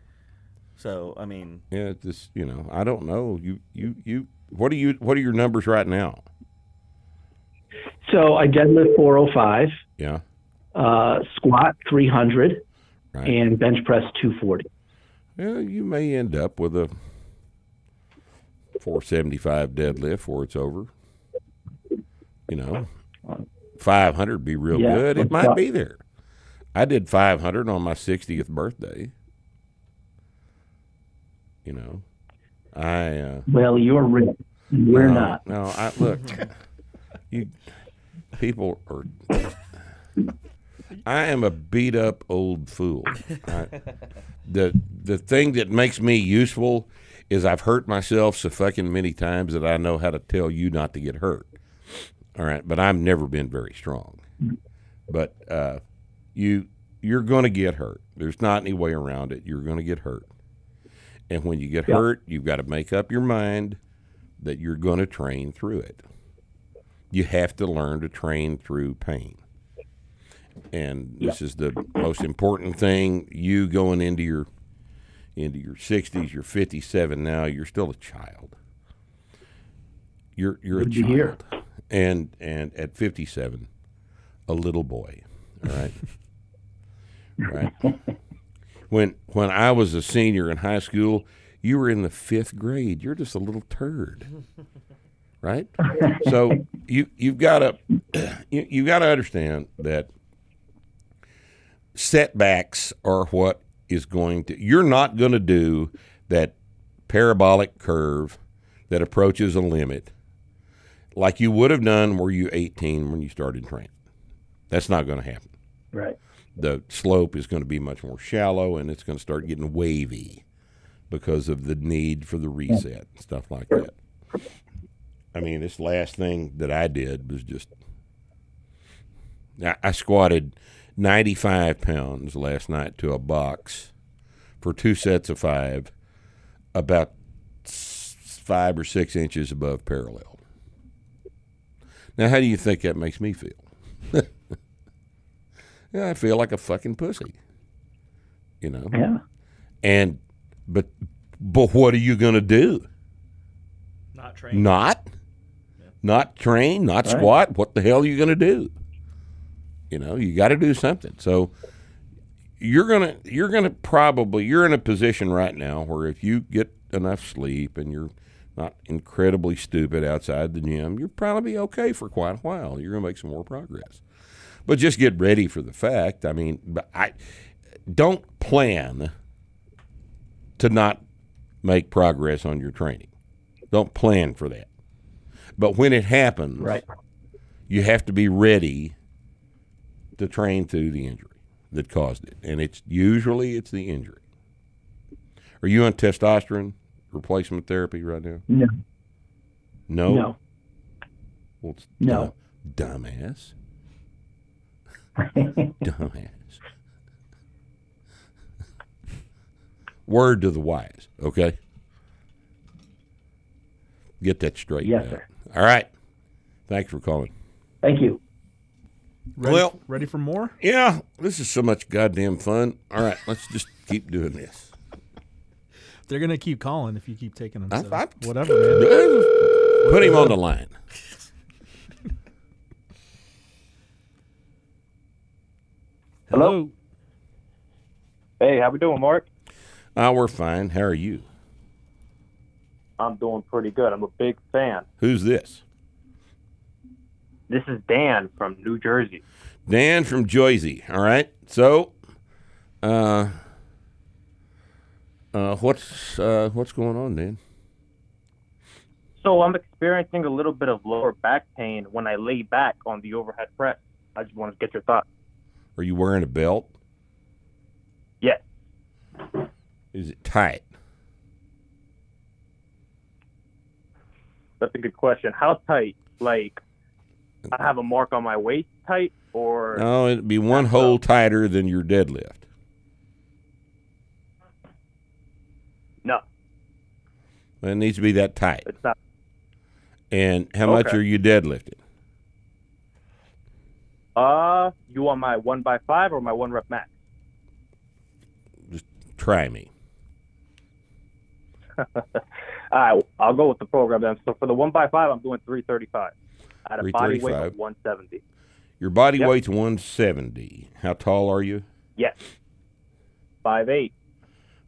Speaker 6: So, I mean,
Speaker 4: yeah it's just you know i don't know you you you what are you what are your numbers right now
Speaker 16: So I deadlift 405,
Speaker 4: yeah
Speaker 16: uh, squat 300,
Speaker 4: Right.
Speaker 16: and bench press 240.
Speaker 4: Yeah, you may end up with a 475 deadlift before it's over. You know, 500 would be real
Speaker 17: Yeah,
Speaker 4: good. It
Speaker 17: let's
Speaker 4: might
Speaker 17: talk.
Speaker 4: be there. I did 500 on my 60th birthday. You know, I. Uh,
Speaker 16: Well, you're ripped. We're
Speaker 4: no,
Speaker 16: not.
Speaker 4: No, I look. *laughs* you people are. I am a beat up old fool. I- *laughs* the The thing that makes me useful is I've hurt myself so fucking many times that I know how to tell you not to get hurt. All right, but I've never been very strong. But uh, you you're going to get hurt. There's not any way around it. You're going to get hurt. And when you get
Speaker 17: Yeah.
Speaker 4: hurt, you've got to make up your mind that you're going to train through it. You have to learn to train through pain. And this is the most important thing you going into your into your 60s, you're 57 now, you're still a child. You're you're a
Speaker 17: Good to
Speaker 4: child.
Speaker 17: hear.
Speaker 4: And and at 57, a little boy, all right? right? When when I was a senior in high school, you were in the fifth grade. You're just a little turd, right? so you you've got to *clears throat* you, you've got to understand that setbacks are what is going to. You're not going to do that parabolic curve that approaches a limit like you would have done were you 18 when you started training. That's not going to happen
Speaker 16: Right.
Speaker 4: the slope is going to be much more shallow and it's going to start getting wavy because of the need for the reset and stuff like that. I mean, this last thing that I did was just I, I squatted 95 pounds last night to a box for two sets of five, about s- five or six inches above parallel. Now, how do you think that makes me feel? Yeah, I feel like a fucking pussy. You know.
Speaker 16: Yeah.
Speaker 4: And but but what are you gonna do?
Speaker 6: not trained.
Speaker 4: Not not train, not
Speaker 6: Right.
Speaker 4: squat. What the hell are you gonna do? You know, you got to do something. So you're gonna you're gonna probably you're in a position right now where if you get enough sleep and you're not incredibly stupid outside the gym, you'll probably be okay for quite a while. You're going to make some more progress. But just get ready for the fact. I mean, but I don't plan to not make progress on your training. Don't plan for that. But when it happens,
Speaker 16: Right.
Speaker 4: you have to be ready to train through the injury that caused it. And it's usually it's the injury. Are you on testosterone replacement therapy right now?
Speaker 16: No.
Speaker 4: No.
Speaker 16: No.
Speaker 4: Well, it's
Speaker 16: No.
Speaker 4: dumb- dumbass. dumbass. Word to the wise, okay? Get that straight.
Speaker 16: Yes,
Speaker 4: sir. All right. Thanks for calling.
Speaker 16: Thank you.
Speaker 5: Ready,
Speaker 4: Well-
Speaker 5: ready for more?
Speaker 4: Yeah, this is so much goddamn fun. All right, let's just keep doing this.
Speaker 8: They're gonna keep calling if you keep taking them.
Speaker 4: I-
Speaker 8: so
Speaker 4: I- *laughs*
Speaker 8: whatever. Man.
Speaker 4: Put him on the line.
Speaker 17: Hello. Hey, how we doing, Mark?
Speaker 4: Ah, we're fine. How are you?
Speaker 17: I'm doing pretty good. I'm a big fan.
Speaker 4: Who's this?
Speaker 17: This is Dan from New Jersey.
Speaker 4: Dan from Jersey. All right. So, uh, uh, what's uh, what's going on, Dan?
Speaker 17: So I'm experiencing a little bit of lower back pain when I lay back on the overhead press. I just want to get your thoughts.
Speaker 4: Are you wearing a belt?
Speaker 17: Yes.
Speaker 4: Is it tight?
Speaker 17: That's a good question. How tight? Like, I have a mark on my waist tight, or
Speaker 4: No, it'd be one hole tighter than your deadlift.
Speaker 17: No.
Speaker 4: It needs to be that tight.
Speaker 17: It's not.
Speaker 4: And how much
Speaker 17: Okay.
Speaker 4: are you deadlifting?
Speaker 17: uh, you want my one by five or my one rep max?
Speaker 4: Try me.
Speaker 17: All right, I'll go with the program then. So for the one by five, I'm doing 335 at a body weight
Speaker 4: 335.
Speaker 17: of 170.
Speaker 4: Your body
Speaker 17: Yep.
Speaker 4: weight's 170. How tall are you?
Speaker 17: Yes. Five eight.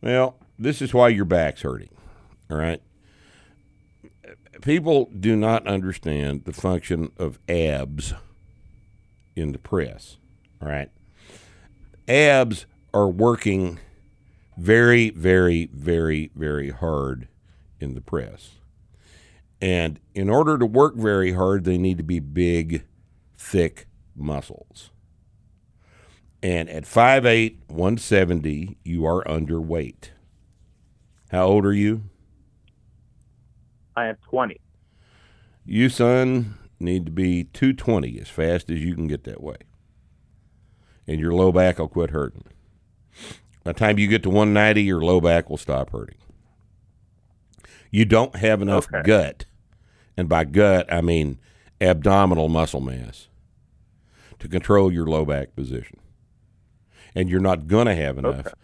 Speaker 4: Well, this is why your back's hurting. All right. People do not understand the function of abs in the press. All right. Abs are working very, very, very, very hard in the press. And in order to work very hard, they need to be big, thick muscles. And at 5'8, 170, you are underweight. How old are you?
Speaker 17: I am 20.
Speaker 4: You, son, need to be 220 as fast as you can get that way. And your low back will quit hurting. By the time you get to 190, your low back will stop hurting. You don't have enough
Speaker 17: Okay.
Speaker 4: gut. And by gut, I mean abdominal muscle mass to control your low back position. And you're not going to have enough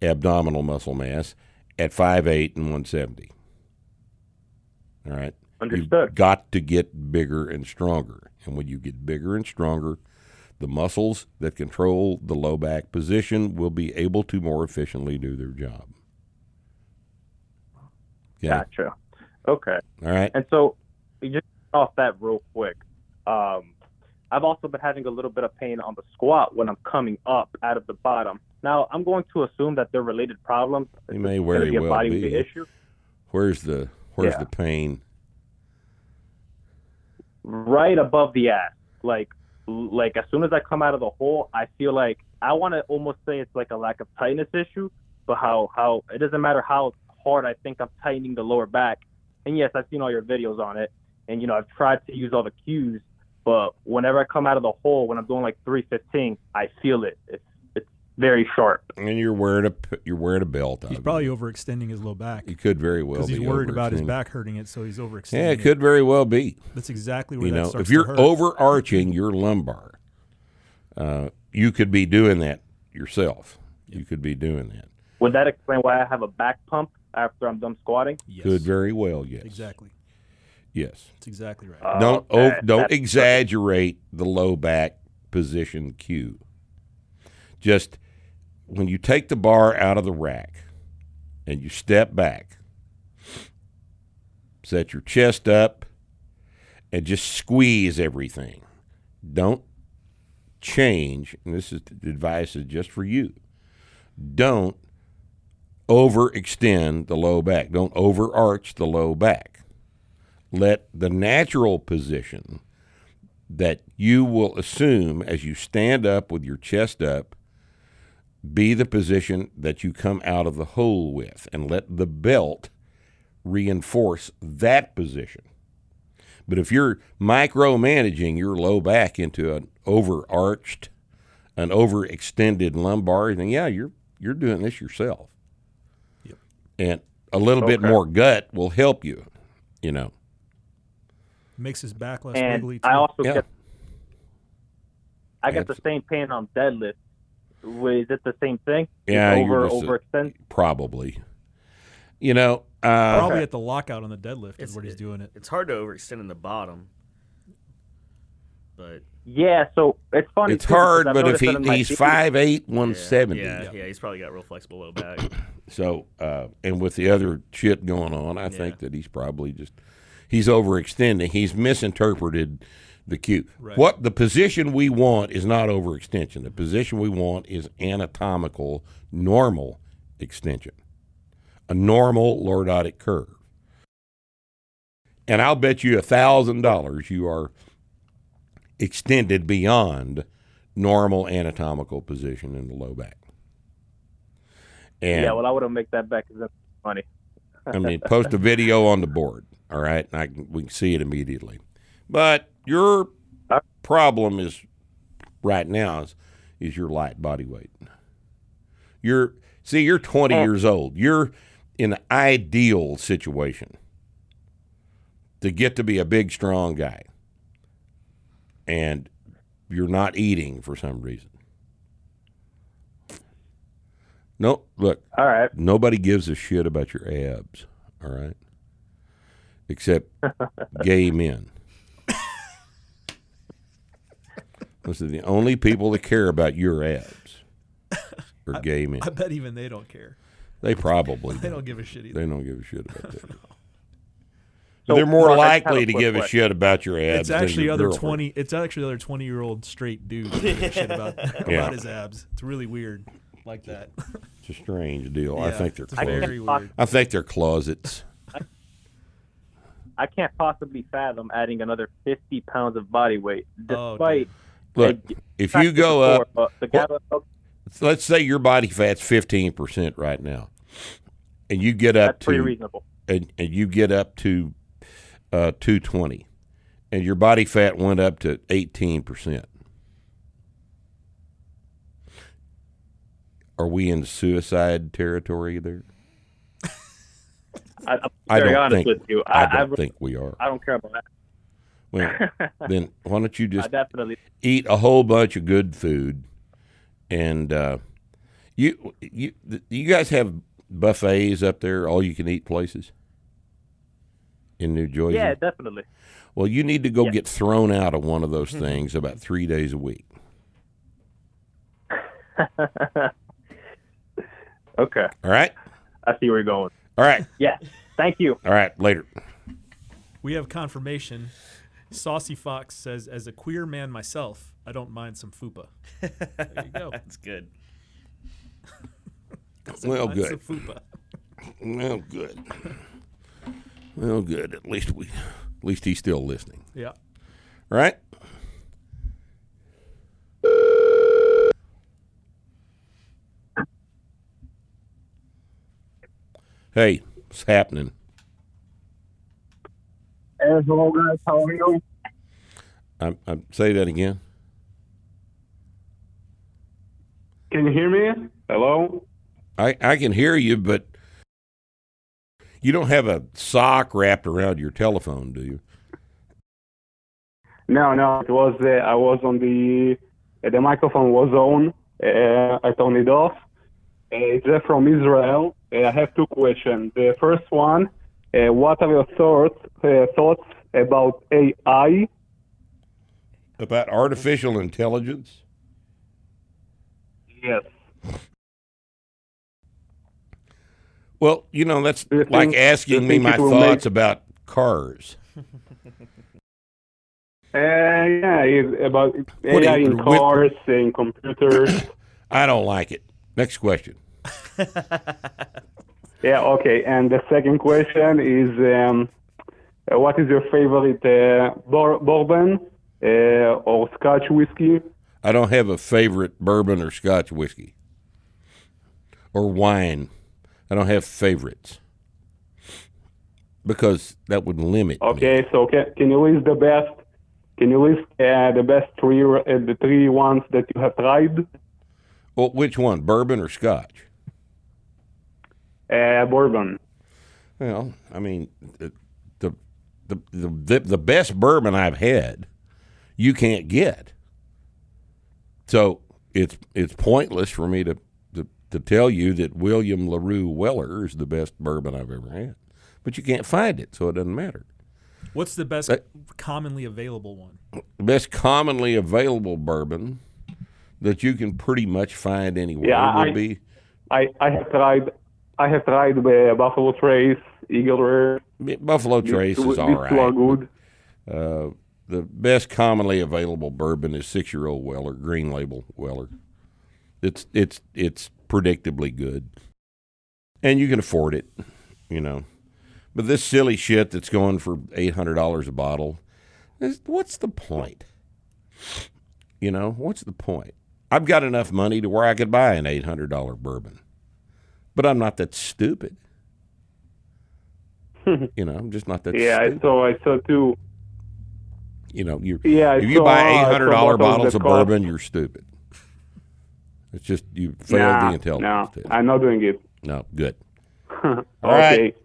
Speaker 4: abdominal muscle mass at 5'8 and 170. All right. You've got to get bigger and stronger. And when you get bigger and stronger, the muscles that control the low back position will be able to more efficiently do their job. Yeah.
Speaker 17: Gotcha. Okay.
Speaker 4: All right.
Speaker 17: And so, just off that real quick, um, I've also been having a little bit of pain on the squat when I'm coming up out of the bottom. Now, I'm going to assume that they're related problems.
Speaker 4: They may
Speaker 17: It's
Speaker 4: very
Speaker 17: gonna be a
Speaker 4: well
Speaker 17: body
Speaker 4: be.
Speaker 17: weight issue.
Speaker 4: Where's the where's
Speaker 17: Yeah.
Speaker 4: the pain?
Speaker 17: right above the ass. Like, like as soon as I come out of the hole, I feel like I want to almost say it's like a lack of tightness issue. But how how it doesn't matter how hard I think I'm tightening the lower back. And yes, I've seen all your videos on it, and you know I've tried to use all the cues. But whenever I come out of the hole, when I'm doing like 315, I feel it. It's it's very sharp.
Speaker 4: And you're wearing a p- you're wearing a belt.
Speaker 8: He's probably overextending his low back
Speaker 4: You could very well
Speaker 8: because he's
Speaker 4: be
Speaker 8: worried about his
Speaker 4: overextended.
Speaker 8: back hurting it, so he's overextending.
Speaker 4: Yeah, it could very well be.
Speaker 8: That's exactly where
Speaker 4: you
Speaker 8: that
Speaker 4: know
Speaker 8: starts
Speaker 4: if
Speaker 8: to
Speaker 4: you're
Speaker 8: hurt.
Speaker 4: overarching your lumbar, uh, you could be doing that yourself. You could be doing that.
Speaker 17: Would that explain why I have a back pump after I'm done squatting?
Speaker 4: Could very well, yes,
Speaker 8: Exactly.
Speaker 4: yes.
Speaker 8: That's exactly right.
Speaker 4: don't
Speaker 17: Okay,
Speaker 4: ov- don't
Speaker 17: that's
Speaker 4: exaggerate the low back position cue. Just when you take the bar out of the rack and you step back, Set your chest up and just squeeze everything. Don't change, and this is the advice is just for you. Don't overextend the low back. Don't overarch the low back. Let the natural position that you will assume as you stand up with your chest up be the position that you come out of the hole with and let the belt reinforce that position. But if you're micromanaging your low back into an overarched, an overextended lumbar, then yeah, you're you're doing this yourself. Yep. And a little bit
Speaker 5: Okay.
Speaker 4: more gut will help you, you know.
Speaker 8: Makes his back less
Speaker 17: And
Speaker 8: wiggly.
Speaker 17: I
Speaker 8: too.
Speaker 17: also
Speaker 4: Yeah.
Speaker 17: get I get the same pain on deadlift. Is it the same thing?
Speaker 4: Yeah,
Speaker 17: It's
Speaker 4: you're
Speaker 17: over
Speaker 4: just uh, a-
Speaker 17: overextend.
Speaker 4: Probably. You know, uh,
Speaker 8: Probably at the lockout on the deadlift is what he's doing it.
Speaker 6: It's hard to overextend in the bottom, but
Speaker 17: Yeah, so it's funny.
Speaker 4: It's
Speaker 17: too, because
Speaker 4: hard,
Speaker 17: I've
Speaker 4: but if
Speaker 17: noticed
Speaker 4: he,
Speaker 17: that in my
Speaker 4: he's
Speaker 17: feet-
Speaker 4: 5'8", 170.
Speaker 6: yeah, yeah, he's probably got real flexible low back.
Speaker 4: So, uh, and with the other shit going on, I think that he's probably just he's overextending. He's misinterpreted the cue.
Speaker 18: Right.
Speaker 4: What the position we want is not overextension. The position we want is anatomical, normal extension, a normal lordotic curve. And I'll bet you a thousand dollars you are extended beyond normal anatomical position in the low back. And
Speaker 17: yeah, well, I wouldn't make that back because that's funny.
Speaker 4: *laughs* I mean, post a video on the board. All right, and I can, we can see it immediately. But your problem is right now is is your light body weight. You're see, you're 20 years old. You're in an ideal situation to get to be a big, strong guy, and you're not eating for some reason. No, look.
Speaker 17: All right.
Speaker 4: Nobody gives a shit about your abs. All right.
Speaker 8: *laughs*
Speaker 4: Except gay men. Those are the only people that care about your
Speaker 8: *laughs*
Speaker 4: abs are gay men.
Speaker 8: I bet even they don't care.
Speaker 4: They probably
Speaker 8: *laughs* They don't give a shit either.
Speaker 4: They don't give a shit
Speaker 8: *laughs*
Speaker 4: about that.
Speaker 8: So,
Speaker 4: They're more
Speaker 8: Mark, I just have
Speaker 4: likely
Speaker 8: a
Speaker 4: to
Speaker 8: quick
Speaker 4: give a
Speaker 8: question.
Speaker 4: shit about your abs.
Speaker 8: It's
Speaker 4: than
Speaker 8: actually
Speaker 4: your
Speaker 8: other
Speaker 4: girlfriend.
Speaker 8: twenty. It's actually other twenty-year-old straight dudes that give a shit *laughs* about about
Speaker 4: Yeah.
Speaker 8: his abs. It's really weird, like that.
Speaker 4: It's a strange deal. I
Speaker 8: Yeah,
Speaker 4: think they're
Speaker 8: it's
Speaker 4: closets.
Speaker 8: very weird.
Speaker 4: I think they're closets.
Speaker 17: *laughs* I can't possibly fathom adding another 50 pounds of body weight,
Speaker 8: Oh,
Speaker 17: despite
Speaker 4: Look, if you go up,
Speaker 17: before, uh, the guy that-
Speaker 4: let's say your body fat's fifteen percent right now, and you get up
Speaker 17: That's
Speaker 4: to
Speaker 17: pretty reasonable.
Speaker 4: and, and you get up to uh, two twenty, and your body fat went up to eighteen percent. Are we in suicide territory there?
Speaker 17: I, I'm
Speaker 4: I
Speaker 17: very
Speaker 4: don't
Speaker 17: honest
Speaker 4: think-
Speaker 17: with you.
Speaker 4: I
Speaker 17: I,
Speaker 4: don't
Speaker 17: really-
Speaker 4: think we are.
Speaker 17: I don't care about that.
Speaker 4: Well,
Speaker 17: *laughs*
Speaker 4: then why don't you just
Speaker 17: I definitely-
Speaker 4: eat a whole bunch of good food, and uh, you you you guys have buffets up there, all you can eat places in New Jersey.
Speaker 17: Yeah, definitely.
Speaker 4: Well, you need to go
Speaker 17: Yeah. Mm-hmm.
Speaker 4: get thrown out of one of those things about three days a week.
Speaker 17: *laughs* okay.
Speaker 4: All right.
Speaker 17: I see where you're going.
Speaker 4: All right.
Speaker 17: Yeah. Thank you.
Speaker 4: All right. Later.
Speaker 8: We have confirmation. Saucy Fox says, "As a queer man myself, I don't mind some fupa." There you *laughs* go.
Speaker 6: That's good.
Speaker 4: Well,
Speaker 8: Mind some
Speaker 4: good.
Speaker 8: fupa.
Speaker 4: Well, good. Well, good. At least we, at least he's still listening.
Speaker 8: Yeah.
Speaker 4: All right. Hey, what's happening?
Speaker 19: Hey, hello guys, how are you?
Speaker 4: I'm, I'm say that again.
Speaker 19: Can you hear me? Hello.
Speaker 4: I I can hear you, but you don't have a sock wrapped around your telephone, do you?
Speaker 19: No, no, it was uh, I was on the uh, the microphone was on. Uh, I turned it off. Uh, it's uh, from Israel. Uh, I have two questions. The first one: uh, What are your thoughts uh, thoughts about AI?
Speaker 4: About artificial intelligence?
Speaker 19: Yes.
Speaker 4: Well, you know that's
Speaker 19: you
Speaker 4: like
Speaker 19: think- do
Speaker 4: asking
Speaker 19: you
Speaker 4: me
Speaker 19: think
Speaker 4: my
Speaker 19: it will
Speaker 4: thoughts
Speaker 19: make-
Speaker 4: about cars.
Speaker 19: Uh, yeah, it's about
Speaker 4: What
Speaker 19: AI
Speaker 4: do you-
Speaker 19: in
Speaker 4: with-
Speaker 19: cars, in computers.
Speaker 4: I don't like it. Next question.
Speaker 19: yeah, okay. And the second question is, um, uh, what is your favorite uh, bor- bourbon uh, or Scotch whiskey?
Speaker 4: I don't have a favorite bourbon or Scotch whiskey or wine. I don't have favorites because that would limit.
Speaker 19: Okay, so can, can you list the best? Can you list uh, the best three, uh, the three ones that you have tried?
Speaker 4: Well, which one, bourbon or Scotch?
Speaker 19: Uh, bourbon.
Speaker 4: Well, I mean, the the the the, the best bourbon I've had, you can't get. So it's it's pointless for me to, to to tell you that William Larue Weller is the best bourbon I've ever had, but you can't find it, so it doesn't matter.
Speaker 8: What's the best
Speaker 4: That-
Speaker 8: commonly
Speaker 4: *laughs*
Speaker 8: available one?
Speaker 4: The best commonly available bourbon that you can pretty much find anywhere
Speaker 19: Yeah,
Speaker 4: would
Speaker 19: I-
Speaker 4: be
Speaker 19: I, I have tried. I have tried uh, Buffalo Trace, Eagle Rare.
Speaker 4: Buffalo Trace is all
Speaker 19: These two are
Speaker 4: right.
Speaker 19: good.
Speaker 4: Uh, the best commonly available bourbon is six year old Weller, Green Label Weller. It's it's it's predictably good, and you can afford it, you know. But this silly shit that's going for eight hundred dollars a bottle, is, what's the point? You know, what's the point? I've got enough money to where I could buy an eight hundred dollar bourbon, but I'm not that
Speaker 19: *laughs*
Speaker 4: stupid. you know, I'm just not that.
Speaker 19: yeah,
Speaker 4: stupid
Speaker 19: I saw. I saw two.
Speaker 4: you know, you
Speaker 19: Yeah,
Speaker 4: if
Speaker 19: it's
Speaker 4: you
Speaker 19: so
Speaker 4: buy eight
Speaker 19: hard.
Speaker 4: hundred
Speaker 19: Some
Speaker 4: dollar
Speaker 19: bottles
Speaker 4: bottles
Speaker 19: that
Speaker 4: of
Speaker 19: cost-
Speaker 4: bourbon, you're stupid. It's just you failed
Speaker 19: Nah,
Speaker 4: the intelligence
Speaker 19: nah,
Speaker 4: test.
Speaker 19: I'm not doing it.
Speaker 4: No, good. *laughs*
Speaker 19: okay.
Speaker 4: right.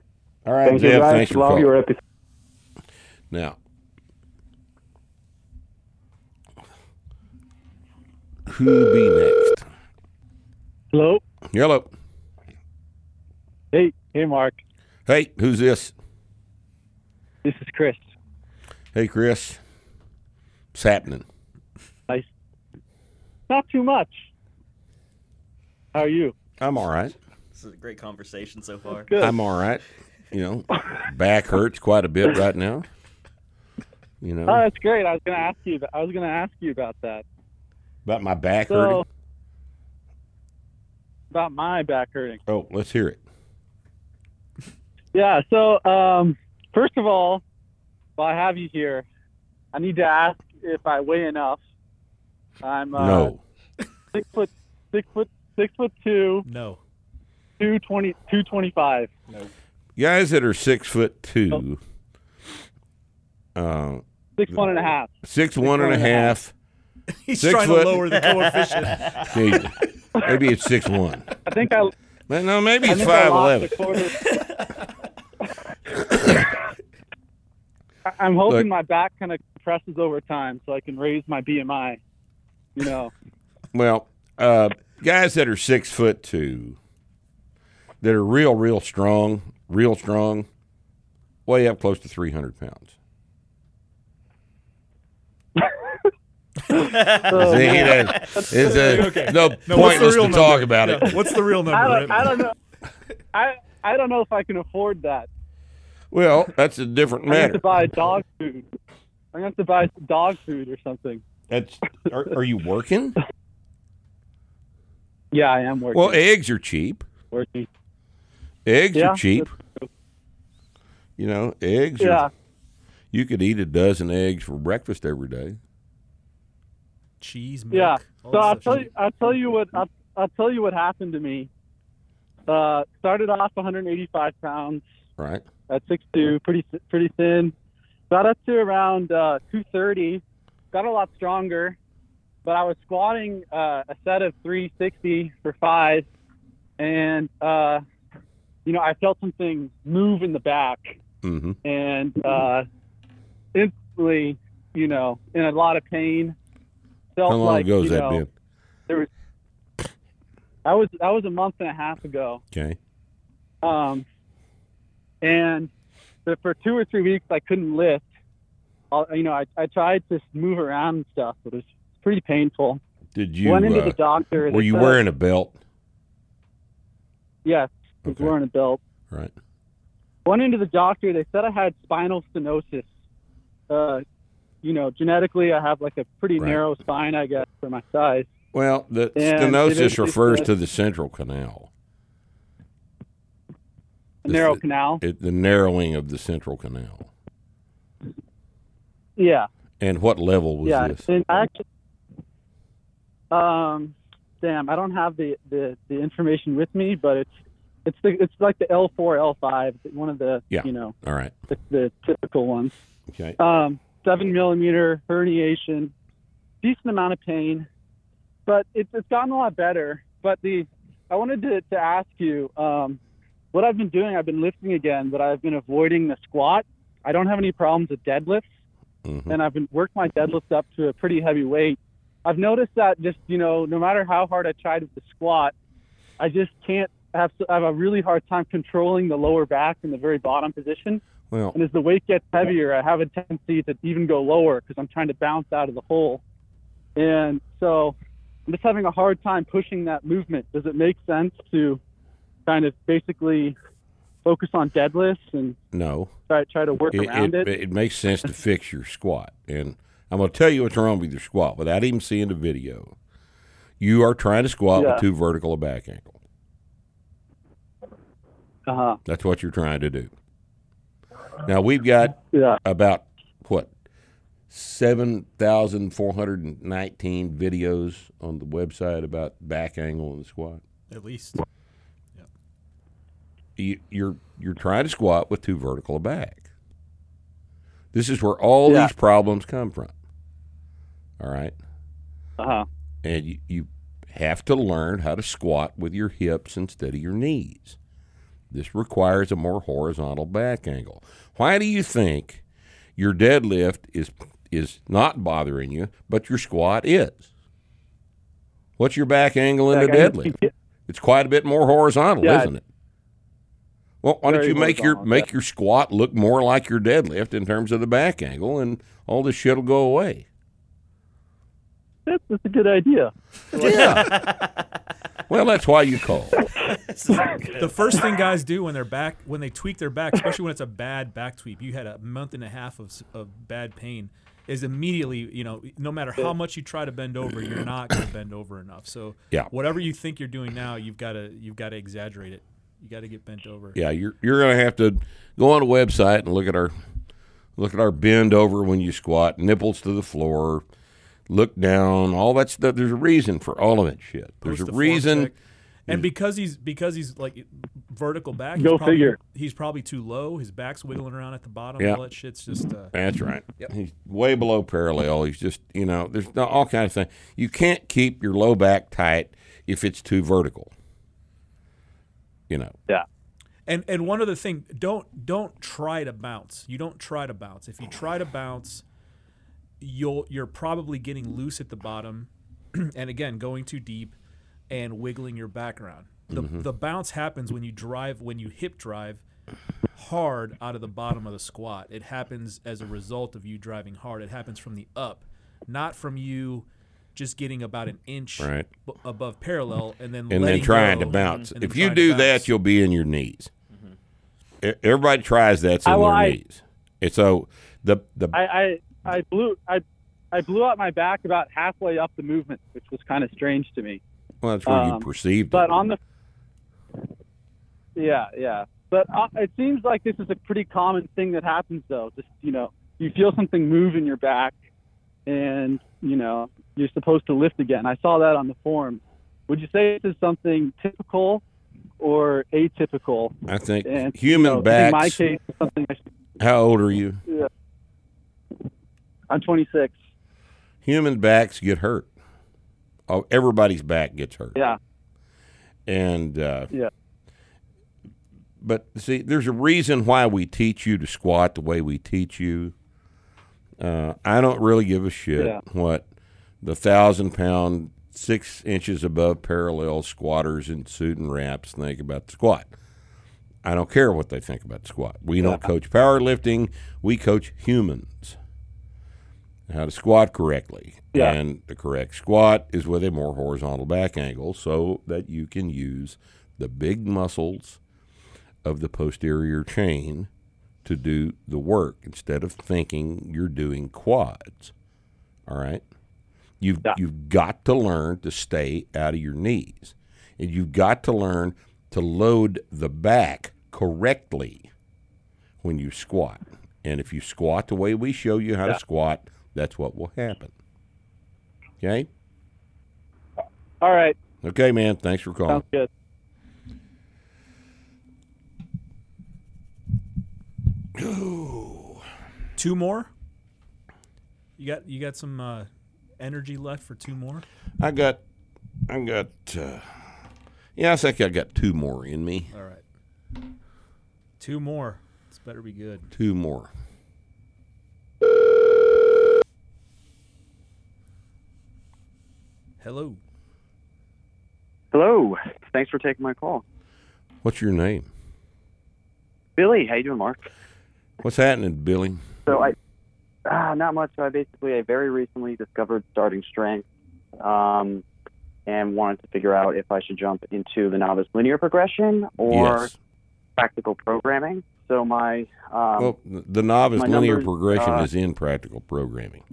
Speaker 4: All right,
Speaker 19: Thank you
Speaker 4: Jeff,
Speaker 19: guys.
Speaker 4: thanks for
Speaker 19: Love
Speaker 4: calling.
Speaker 19: your episode.
Speaker 4: Now, who be next?
Speaker 18: Hello.
Speaker 4: Hello.
Speaker 18: Hey, hey, Mark.
Speaker 4: Hey, who's this?
Speaker 18: This is Chris.
Speaker 4: Hey, Chris. What's happening?
Speaker 18: Nice. Not too much. How are you?
Speaker 4: I'm all right.
Speaker 6: This is a great conversation so far.
Speaker 4: I'm all right. You know, back hurts quite a bit right now. You know,
Speaker 18: Oh, that's great. I was gonna ask you. I was gonna ask you about that.
Speaker 4: about my back hurting.
Speaker 18: So, about my back hurting.
Speaker 4: Oh, let's hear it.
Speaker 18: Yeah. So, um, first of all, while I have you here, I need to ask if I weigh enough. I'm uh,
Speaker 4: No.
Speaker 18: six foot, six foot, six foot two.
Speaker 8: No.
Speaker 18: 220, 225. No.
Speaker 4: guys that are six foot two, uh,
Speaker 18: Oh. Six one and a half.
Speaker 4: six one and a half.
Speaker 18: *laughs* He's
Speaker 4: six
Speaker 18: trying to
Speaker 4: foot,
Speaker 18: lower the coefficient.
Speaker 4: Maybe- *laughs* maybe it's six one.
Speaker 18: I think I.
Speaker 4: No, maybe
Speaker 18: I
Speaker 4: it's
Speaker 18: think I
Speaker 4: five
Speaker 18: lost
Speaker 4: eleven.
Speaker 18: a quarter. I- *laughs* I'm hoping
Speaker 4: Look.
Speaker 18: my back kind of compresses over time, so I can raise my BMI. You know,
Speaker 4: Well, uh, guys that are six foot two, that are real, real strong, real strong, weigh up close to three hundred pounds. See, he does- *laughs* it's a- no
Speaker 8: what's
Speaker 4: pointless
Speaker 8: the real
Speaker 4: to talk
Speaker 8: number?
Speaker 4: about it.
Speaker 8: Yeah, What's the real number?
Speaker 18: I don't,
Speaker 8: right?
Speaker 18: I don't know. I I don't know if I can afford that.
Speaker 4: Well, that's a different
Speaker 18: I'm gonna have
Speaker 4: matter.
Speaker 18: to buy dog food. I'm gonna have to buy some dog food or something.
Speaker 4: That's are, are you working?
Speaker 18: Yeah, I am *laughs* working.
Speaker 4: Well, eggs are cheap.
Speaker 18: working.
Speaker 4: Eggs
Speaker 18: Yeah,
Speaker 4: are cheap. You know, eggs.
Speaker 18: Yeah.
Speaker 4: Are, you could eat a dozen eggs for breakfast every day.
Speaker 8: Cheese, milk.
Speaker 18: Yeah.
Speaker 8: all
Speaker 18: So
Speaker 8: that
Speaker 18: I'll
Speaker 8: stuff.
Speaker 18: tell you. I'll tell you what. I'll, I'll tell you what happened to me. Uh, started off 185 pounds.
Speaker 4: Right.
Speaker 18: at six two, pretty pretty thin. Got up to around uh, two thirty. Got a lot stronger, but I was squatting uh, a set of three sixty for five, and uh, you know I felt something move in the back,
Speaker 4: Mm-hmm.
Speaker 18: and uh, instantly, you know, in a lot of pain. Felt
Speaker 4: How long
Speaker 18: like,
Speaker 4: ago has
Speaker 18: you
Speaker 4: that
Speaker 18: know,
Speaker 4: been?
Speaker 18: There was. I was I was a month and a half ago.
Speaker 4: Okay.
Speaker 18: Um, and but for two or three weeks, I couldn't lift. i you know, I, I tried to move around and stuff, but it was pretty painful.
Speaker 4: Did you?
Speaker 18: Went into
Speaker 4: uh,
Speaker 18: the doctor.
Speaker 4: Were you wearing a belt?
Speaker 18: Yes, I was wearing a belt.
Speaker 4: Right.
Speaker 18: Went into the doctor. They said I had spinal stenosis. Uh, you know, genetically, I have like a pretty
Speaker 4: Right.
Speaker 18: narrow spine, I guess, for my size.
Speaker 4: Well, the
Speaker 18: And they
Speaker 4: stenosis
Speaker 18: basically
Speaker 4: refers
Speaker 18: said-
Speaker 4: to the central canal,
Speaker 18: narrow canal.
Speaker 4: it, the narrowing of the central canal.
Speaker 18: Yeah,
Speaker 4: And what level was
Speaker 18: yeah.
Speaker 4: this?
Speaker 18: And I actually, um, damn, I don't have the, the, the information with me, but it's it's the, it's like the L four L five, one of the
Speaker 4: Yeah.
Speaker 18: you know
Speaker 4: All right.
Speaker 18: the, the typical ones.
Speaker 4: Okay.
Speaker 18: Um, seven millimeter herniation, decent amount of pain, but it's it's gotten a lot better. But the I wanted to, to ask you um, what I've been doing. I've been lifting again, but I've been avoiding the squat. I don't have any problems with deadlifts,
Speaker 4: Mm-hmm.
Speaker 18: Mm-hmm. and I've been worked my deadlifts up to a pretty heavy weight. I've noticed that just you know, no matter how hard I tried with the squat, I just can't have I have a really hard time controlling the lower back in the very bottom position.
Speaker 4: Well,
Speaker 18: And as the weight gets heavier, I have a tendency to even go lower because I'm trying to bounce out of the hole. And so I'm just having a hard time pushing that movement. Does it make sense to kind of basically focus on deadlifts and
Speaker 4: no.
Speaker 18: try, try to work around it?
Speaker 4: it makes sense to fix your squat. And I'm going to tell you what's wrong with your squat without even seeing the video. You are trying to squat
Speaker 18: Yeah.
Speaker 4: with too vertical a back angle.
Speaker 18: Uh-huh.
Speaker 4: That's what you're trying to do. Now we've got
Speaker 18: Yeah.
Speaker 4: about what seven thousand four hundred and nineteen videos on the website about back angle and squat.
Speaker 8: At least.
Speaker 4: You, you're you're trying to squat with too vertical a back. This is where all
Speaker 18: Yeah.
Speaker 4: these problems come from. All right.
Speaker 18: Uh-huh.
Speaker 4: And you, you have to learn how to squat with your hips instead of your knees. This requires a more horizontal back angle. Why do you think your deadlift is is not bothering you, but your squat is? What's your back angle in a
Speaker 18: Back angle-
Speaker 4: deadlift? It's quite a bit more horizontal,
Speaker 18: Yeah.
Speaker 4: isn't it? Well, why don't
Speaker 18: Very
Speaker 4: you make your
Speaker 18: horizontal,
Speaker 4: make your squat look more like your deadlift in terms of the back angle, and all this shit'll go away.
Speaker 18: That's, that's a good idea.
Speaker 4: Well, that's why you *laughs* call.
Speaker 8: the first thing guys do when they're back when they tweak their back, especially when it's a bad back tweak, you had a month and a half of, s- of bad pain, is immediately you know no matter how much you try to bend over, you're not going to bend over enough. So
Speaker 4: Yeah.
Speaker 8: whatever you think you're doing now, you've got to you've got to exaggerate it. You got to get bent over.
Speaker 4: Yeah, you're you're gonna have to go on a website and look at our look at our bend over when you squat, nipples to the floor, look down, all that stuff. There's a reason for all of that shit. There's
Speaker 8: Post
Speaker 4: a
Speaker 8: the form
Speaker 4: reason.
Speaker 8: check. And because he's because he's like vertical back,
Speaker 4: Go
Speaker 8: he's probably,
Speaker 4: figure.
Speaker 8: He's probably too low. His back's wiggling around at the bottom.
Speaker 4: Yeah.
Speaker 8: All that shit's just. Uh,
Speaker 4: That's right. He's way below parallel. He's just you know there's no- all kinds of things. You can't keep your low back tight if it's too vertical. You know.
Speaker 18: Yeah.
Speaker 8: And and one other thing, don't don't try to bounce. You don't try to bounce. If you try to bounce, you'll you're probably getting loose at the bottom, *clears throat* and again going too deep, and wiggling your back around. The
Speaker 4: Mhm.
Speaker 8: the bounce happens when you drive when you hip drive hard out of the bottom of the squat. It happens as a result of you driving hard. It happens from the up, not from you just getting about an inch
Speaker 4: Right.
Speaker 8: b- above parallel and then
Speaker 4: and then
Speaker 8: letting
Speaker 4: trying
Speaker 8: go
Speaker 4: to bounce.
Speaker 8: and then
Speaker 4: If you
Speaker 8: trying to
Speaker 4: do
Speaker 8: bounce. Mm-hmm.
Speaker 4: that, you'll be in your knees. E- Everybody tries that in
Speaker 18: I- well,
Speaker 4: their
Speaker 18: I-
Speaker 4: knees. And so the the
Speaker 18: I, I I blew I I blew out my back about halfway up the movement, which was kind of strange to me.
Speaker 4: well, that's where
Speaker 18: um,
Speaker 4: you perceived.
Speaker 18: But on the yeah, yeah. But uh, it seems like this is a pretty common thing that happens, though. Just you know, you feel something move in your back, and you know you're supposed to lift again. I saw that on the form. Would you say this is something typical or atypical?
Speaker 4: I think
Speaker 18: And,
Speaker 4: human
Speaker 18: you know,
Speaker 4: backs.
Speaker 18: In my case, it's something. I,
Speaker 4: how old are you?
Speaker 18: yeah. I'm 26.
Speaker 4: Human backs get hurt. Oh, everybody's back gets hurt.
Speaker 18: Yeah.
Speaker 4: And uh,
Speaker 18: Yeah.
Speaker 4: But see, there's a reason why we teach you to squat the way we teach you. Uh, I don't really give a shit
Speaker 18: Yeah.
Speaker 4: what the thousand pound, six inches above parallel squatters in suit and wraps think about the squat. I don't care what they think about the squat. We don't coach powerlifting, we coach humans how to squat correctly.
Speaker 18: Yeah.
Speaker 4: And the correct squat is with a more horizontal back angle so that you can use the big muscles of the posterior chain to do the work instead of thinking you're doing quads. All right? You've you've got to learn to stay out of your knees. And you've got to learn to load the back correctly when you squat. And if you squat the way we show you how
Speaker 13: Yeah.
Speaker 4: to squat, that's what will happen. Okay?
Speaker 18: All right.
Speaker 4: Okay, man. Thanks for calling.
Speaker 18: Sounds good.
Speaker 8: Two more. You got you got some uh, energy left for two more.
Speaker 4: I got, I got, uh, yeah, I think I got two more in me.
Speaker 8: All right. Two more. This better be good.
Speaker 4: Two more.
Speaker 8: Hello.
Speaker 10: Hello. Thanks for taking my call.
Speaker 4: What's your name?
Speaker 10: Billy, how you doing, Mark?
Speaker 4: What's happening, Billy?
Speaker 10: So I, uh, not much. So I basically, I very recently discovered starting strength, um, and wanted to figure out if I should jump into the novice linear progression or
Speaker 4: Yes.
Speaker 10: practical programming. So my um,
Speaker 4: well, Oh, the the novice
Speaker 10: my
Speaker 4: linear
Speaker 10: numbers,
Speaker 4: progression
Speaker 10: uh,
Speaker 4: is in practical programming.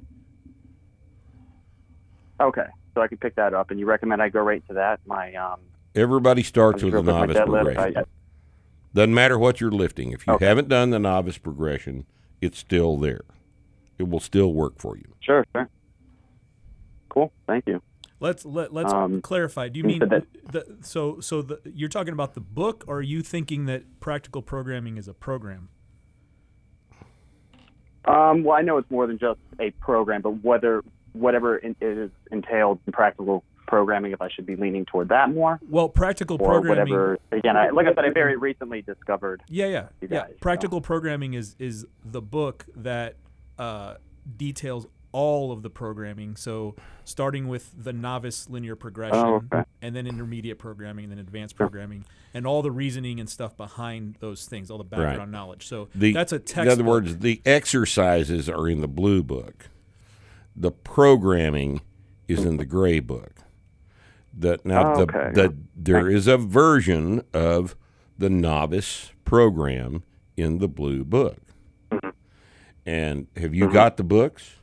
Speaker 10: okay. So I can pick that up, and you recommend I go right to that. My um,
Speaker 4: Everybody starts
Speaker 10: I'm
Speaker 4: with the
Speaker 10: just real
Speaker 4: novice
Speaker 10: quick, my deadlift,
Speaker 4: progression. Doesn't matter what you're lifting. If you haven't done the novice progression, it's still there. It will still work for you.
Speaker 10: Sure, sure. Cool. Thank you.
Speaker 8: Let's let, let's
Speaker 10: Um,
Speaker 8: clarify. Do you
Speaker 10: you
Speaker 8: mean
Speaker 10: said that-
Speaker 8: the, so so the, you're talking about the book, or are you thinking that practical programming is a program?
Speaker 10: Um, well, I know it's more than just a program, but whether whatever it is entailed in practical programming, if I should be leaning toward that more,
Speaker 8: Well, practical
Speaker 10: or
Speaker 8: programming.
Speaker 10: whatever. Again, I, like I said, I very recently discovered.
Speaker 8: Yeah, yeah,
Speaker 10: You
Speaker 8: yeah.
Speaker 10: guys, so.
Speaker 8: Practical programming is is the book that uh, details all of the programming. So starting with the novice linear progression,
Speaker 10: Oh, okay.
Speaker 8: and then intermediate programming, and then advanced programming, and all the reasoning and stuff behind those things, all the background
Speaker 4: Right.
Speaker 8: knowledge. So
Speaker 4: The-
Speaker 8: that's a
Speaker 4: In
Speaker 8: textbook.
Speaker 4: other words, the exercises are in the blue book. The programming is in the gray book. The, now,
Speaker 13: Oh,
Speaker 4: the,
Speaker 13: okay.
Speaker 4: the, there is a version of the novice program in the blue book. And have you got the books?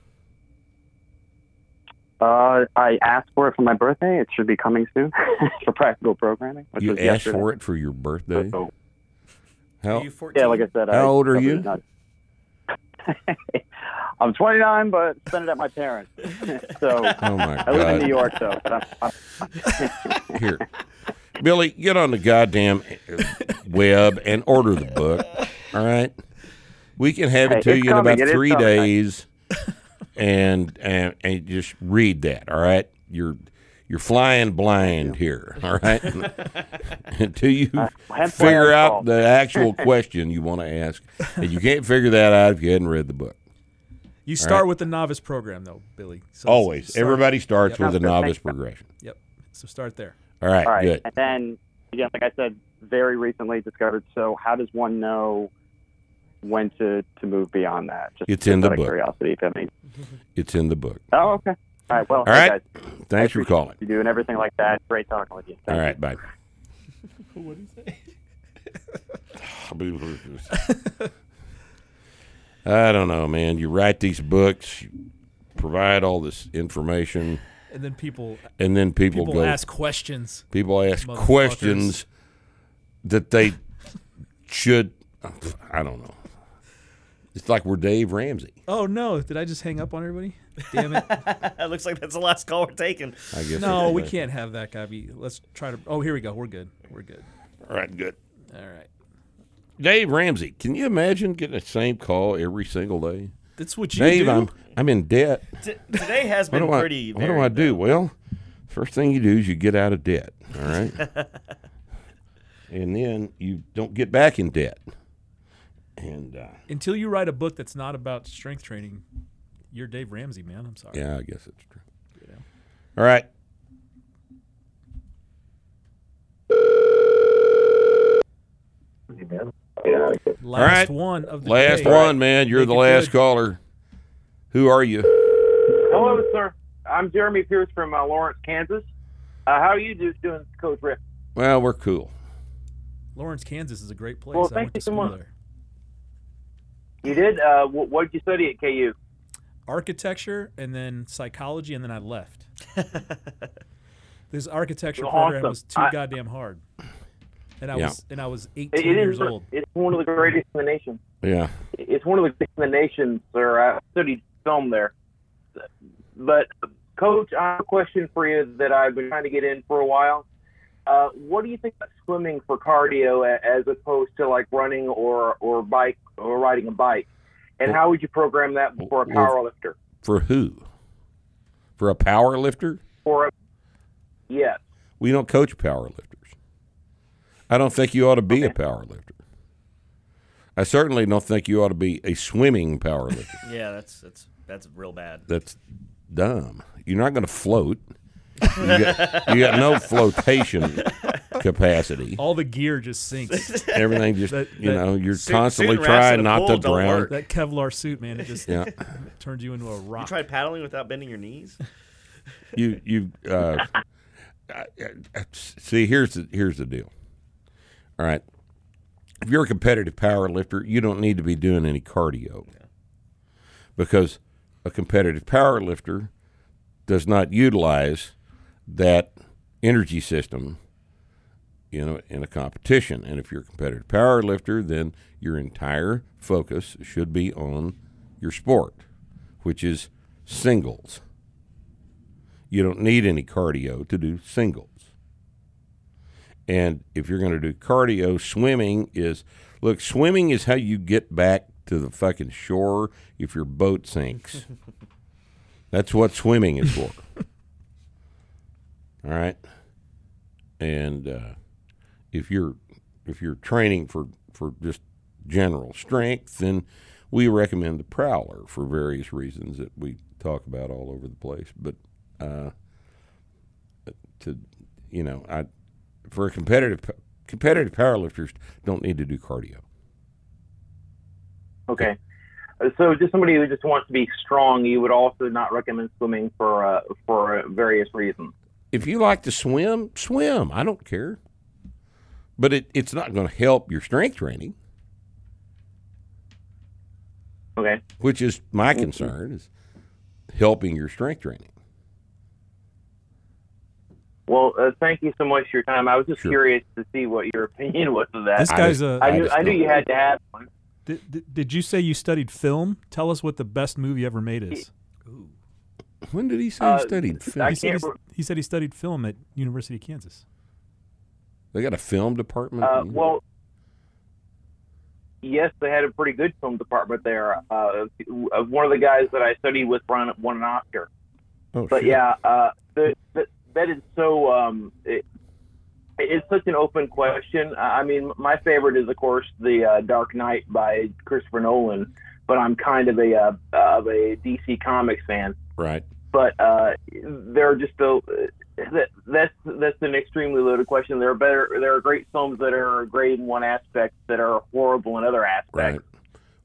Speaker 10: Uh, I asked for it for my birthday. It should be coming soon *laughs* for practical programming. Which
Speaker 4: you
Speaker 10: was
Speaker 4: asked
Speaker 10: yesterday.
Speaker 4: for it for your birthday.
Speaker 10: So-
Speaker 4: How,
Speaker 10: Yeah, like I said, I
Speaker 4: how old are
Speaker 10: discovered
Speaker 4: you?
Speaker 10: it not- I'm 29, but spent it at my parents.
Speaker 8: *laughs*
Speaker 10: so
Speaker 4: Oh, my
Speaker 10: I live in
Speaker 4: God.
Speaker 10: New York, though. But I'm,
Speaker 4: *laughs*
Speaker 10: I'm,
Speaker 8: *laughs*
Speaker 4: Here, Billy, get on the goddamn uh, web and order the book. All right, we can have it
Speaker 13: Hey,
Speaker 4: to
Speaker 13: it's
Speaker 4: you in
Speaker 13: coming.
Speaker 4: about
Speaker 13: It is
Speaker 4: three
Speaker 13: coming.
Speaker 4: days, and, and and just read that. All right, you're you're flying blind here. All right, *laughs* until you
Speaker 13: hence why I
Speaker 4: figure
Speaker 13: was
Speaker 4: out
Speaker 13: called.
Speaker 4: the
Speaker 13: *laughs*
Speaker 4: actual question you want to ask, and you can't figure that out if you hadn't read the book.
Speaker 8: you
Speaker 4: All right?
Speaker 8: start with the novice program, though, Billy. So
Speaker 4: Always. Everybody starts
Speaker 8: Yep.
Speaker 4: with the novice progression.
Speaker 8: Yep. So start there.
Speaker 4: All right, good.
Speaker 10: And then, again, like I said, very recently discovered. So, how does one know when to, to move beyond that? Just,
Speaker 4: It's in
Speaker 10: just
Speaker 4: the
Speaker 10: out of
Speaker 4: book.
Speaker 10: Curiosity, if I mean.
Speaker 4: It's in the book.
Speaker 10: Oh, okay. All right. Well,
Speaker 4: All
Speaker 10: hey,
Speaker 4: right.
Speaker 10: guys,
Speaker 4: Thanks for calling.
Speaker 10: you doing everything like that. Great talking with you.
Speaker 4: All right,
Speaker 8: *laughs*
Speaker 4: bye.
Speaker 10: What do you say?
Speaker 4: I don't know, man. You write these books, you provide all this information,
Speaker 8: And then people-
Speaker 4: and then people,
Speaker 8: people
Speaker 4: go
Speaker 8: ask questions.
Speaker 4: People ask
Speaker 8: Motherfuckers.
Speaker 4: questions that
Speaker 8: *laughs*
Speaker 4: they should. I don't know. It's like we're Dave Ramsey.
Speaker 8: Oh no! Did I just hang up on everybody? Damn
Speaker 6: *laughs*
Speaker 8: it!
Speaker 6: it looks like that's the last call we're taking.
Speaker 4: I guess
Speaker 8: no,
Speaker 4: that's
Speaker 8: we
Speaker 4: right.
Speaker 8: can't have that guy. Be let's try to. Oh, here we go. We're good. We're good.
Speaker 4: All right, good.
Speaker 8: All right.
Speaker 4: Dave Ramsey. Can you imagine getting the same call every single day?
Speaker 8: That's what you
Speaker 4: Dave,
Speaker 8: do?
Speaker 4: I'm I'm in debt.
Speaker 6: T- today has
Speaker 4: What
Speaker 6: been
Speaker 4: do I-
Speaker 6: pretty
Speaker 4: What do I
Speaker 6: varied,
Speaker 4: do? Well, first thing you do is you get out of debt. All
Speaker 6: *laughs*
Speaker 4: right.
Speaker 11: *laughs*
Speaker 4: and then you don't get back in debt. And uh,
Speaker 8: Until you write a book that's not about strength training, you're Dave Ramsey, man. I'm sorry.
Speaker 4: yeah, I guess it's true. All right. All right.
Speaker 8: Last one of the
Speaker 4: last
Speaker 8: day.
Speaker 4: one, man. You're
Speaker 8: Make
Speaker 4: the
Speaker 8: it
Speaker 4: last
Speaker 8: good.
Speaker 4: caller. Who are you?
Speaker 20: Hello, sir. I'm Jeremy Pierce from uh, Lawrence, Kansas. Uh, how are you do- doing, Coach Rick?
Speaker 4: Well, we're cool.
Speaker 8: Lawrence, Kansas is a great place.
Speaker 20: Well,
Speaker 8: I
Speaker 20: thank
Speaker 8: went to
Speaker 20: you so
Speaker 8: school
Speaker 20: much.
Speaker 8: there.
Speaker 20: You did? Uh, what, what did you study at KU?
Speaker 8: Architecture and then psychology, and then
Speaker 20: *laughs*
Speaker 8: I left. this architecture
Speaker 20: Well,
Speaker 8: program
Speaker 20: awesome.
Speaker 8: was too
Speaker 20: I-
Speaker 8: goddamn hard, and I
Speaker 4: Yeah.
Speaker 8: was and I was 18
Speaker 20: It- it is
Speaker 8: years
Speaker 20: one-
Speaker 8: old.
Speaker 20: It's one of the greatest in the nation.
Speaker 4: Yeah.
Speaker 20: It's one of the greatest in the nation, sir. I studied film there. But, Coach, I have a question for you that I've been trying to get in for a while. Uh, what do you think about swimming for cardio a- as opposed to like running or, or bike or riding a bike? And how would you program that for a
Speaker 4: Well,
Speaker 20: power lifter?
Speaker 4: For who? For a power lifter?
Speaker 20: For a, yes.
Speaker 4: We don't coach power lifters. I don't think you ought to be a power lifter. I certainly don't think you ought to be a swimming power *laughs* lifter.
Speaker 6: *laughs* Yeah, that's that's that's real bad.
Speaker 4: That's dumb. You're not going to float. You got, you got no *laughs* flotation capacity.
Speaker 8: All the gear just sinks.
Speaker 4: Everything just- you know, you're Oh. Suit- constantly suit rats in trying a not pool to don't drown. work.
Speaker 8: That Kevlar suit, man, it just
Speaker 4: Yeah.
Speaker 8: *laughs* turns you into a
Speaker 6: You
Speaker 8: rock.
Speaker 6: tried paddling without bending your
Speaker 8: *laughs*
Speaker 6: knees?
Speaker 4: you you uh, I- I- see here's the here's the deal. All right, if you're a competitive power lifter, you don't need to be doing any cardio because a competitive power lifter does not utilize that energy system. You know, in a competition, and if you're a competitive power lifter, then your entire focus should be on your sport, which is singles. You don't need any cardio to do singles. And if you're going to do cardio, swimming is look, swimming is how you get back to the fucking shore if your boat sinks. That's what swimming is for. All right. And uh, if you're if you're training for for just general strength, then we recommend the prowler for various reasons that we talk about all over the place. But uh, to you know, I for a competitive competitive powerlifters don't need to do cardio.
Speaker 20: Okay. Uh, So, just somebody who just wants to be strong, you would also not recommend swimming for uh, for various reasons.
Speaker 4: If you like to swim, swim. I don't care. But it, it's not going to help your strength training,
Speaker 20: Okay.
Speaker 4: which is my concern is helping your strength training.
Speaker 20: Well, uh, thank you so much for your time. I was just curious to see what your *laughs* opinion was of that.
Speaker 8: This guy's a-
Speaker 20: I knew,
Speaker 8: I
Speaker 20: I knew
Speaker 8: just-
Speaker 20: you had to have uh, one.
Speaker 8: Did, did, did you say you studied film? Tell us what the best movie ever made is.
Speaker 4: When did he say
Speaker 20: Uh,
Speaker 4: he studied film?
Speaker 20: I
Speaker 8: He said,
Speaker 20: can't
Speaker 8: he,
Speaker 20: re-
Speaker 8: he said he studied film at University of Kansas.
Speaker 4: They got a film department.
Speaker 20: Uh, well, yes, they had a pretty good film department there. Uh, uh, one of the guys that I studied with won, won an Oscar.
Speaker 4: Oh,
Speaker 20: but
Speaker 4: shit.
Speaker 20: yeah, uh, the, the, that is so. Um, it, it's such an open question. I I mean, my favorite is, of course, the uh, Dark Knight by Christopher Nolan. But I'm kind of a uh, of a DC Comics fan
Speaker 4: Right.
Speaker 20: but uh, there are just a, that, that's that's an extremely loaded question. There are better there are great films that are great in one aspect that are horrible in other aspects.
Speaker 4: Right. Have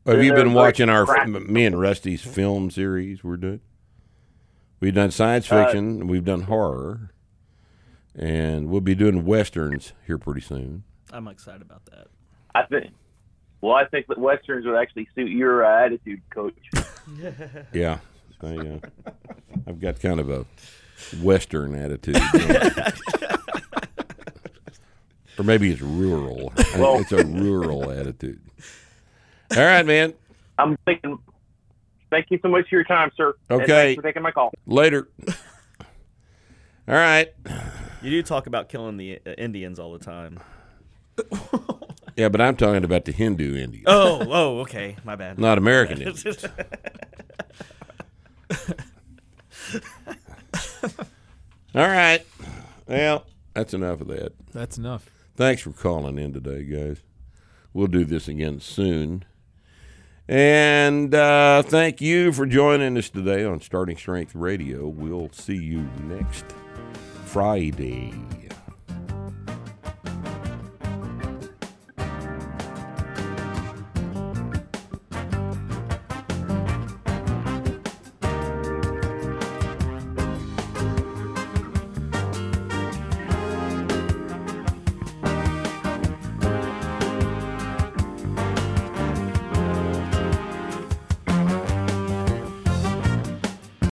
Speaker 20: They're-
Speaker 4: you
Speaker 20: they're
Speaker 4: been watching
Speaker 20: very
Speaker 4: our
Speaker 20: practical.
Speaker 4: me and Rusty's film series? We're doing. We've done science
Speaker 20: Uh,
Speaker 4: fiction. we've done horror, and we'll be doing westerns here pretty soon.
Speaker 6: I'm excited about that.
Speaker 20: I think. Well, I think that westerns would actually suit your uh, attitude, Coach.
Speaker 4: Yeah, I, uh, I've got kind of a western attitude, *laughs* or maybe it's rural. I think
Speaker 20: Well-
Speaker 4: it's a rural attitude. All right, man.
Speaker 20: I'm thinking. Thank you so much for your time, sir. and
Speaker 4: Okay.
Speaker 20: thanks for taking my call.
Speaker 4: Later. All right.
Speaker 6: You do talk about killing the uh, Indians all
Speaker 4: *laughs*
Speaker 6: the time.
Speaker 4: Yeah, but I'm talking about the Hindu Indian.
Speaker 6: Oh, oh, okay, my bad.
Speaker 4: Not
Speaker 6: *laughs*
Speaker 4: American
Speaker 6: My bad.
Speaker 4: Indians. All right. Well, that's enough of that.
Speaker 8: That's enough.
Speaker 4: Thanks for calling in today, guys. We'll do this again soon. And uh, thank you for joining us today on Starting Strength Radio. We'll see you next Friday.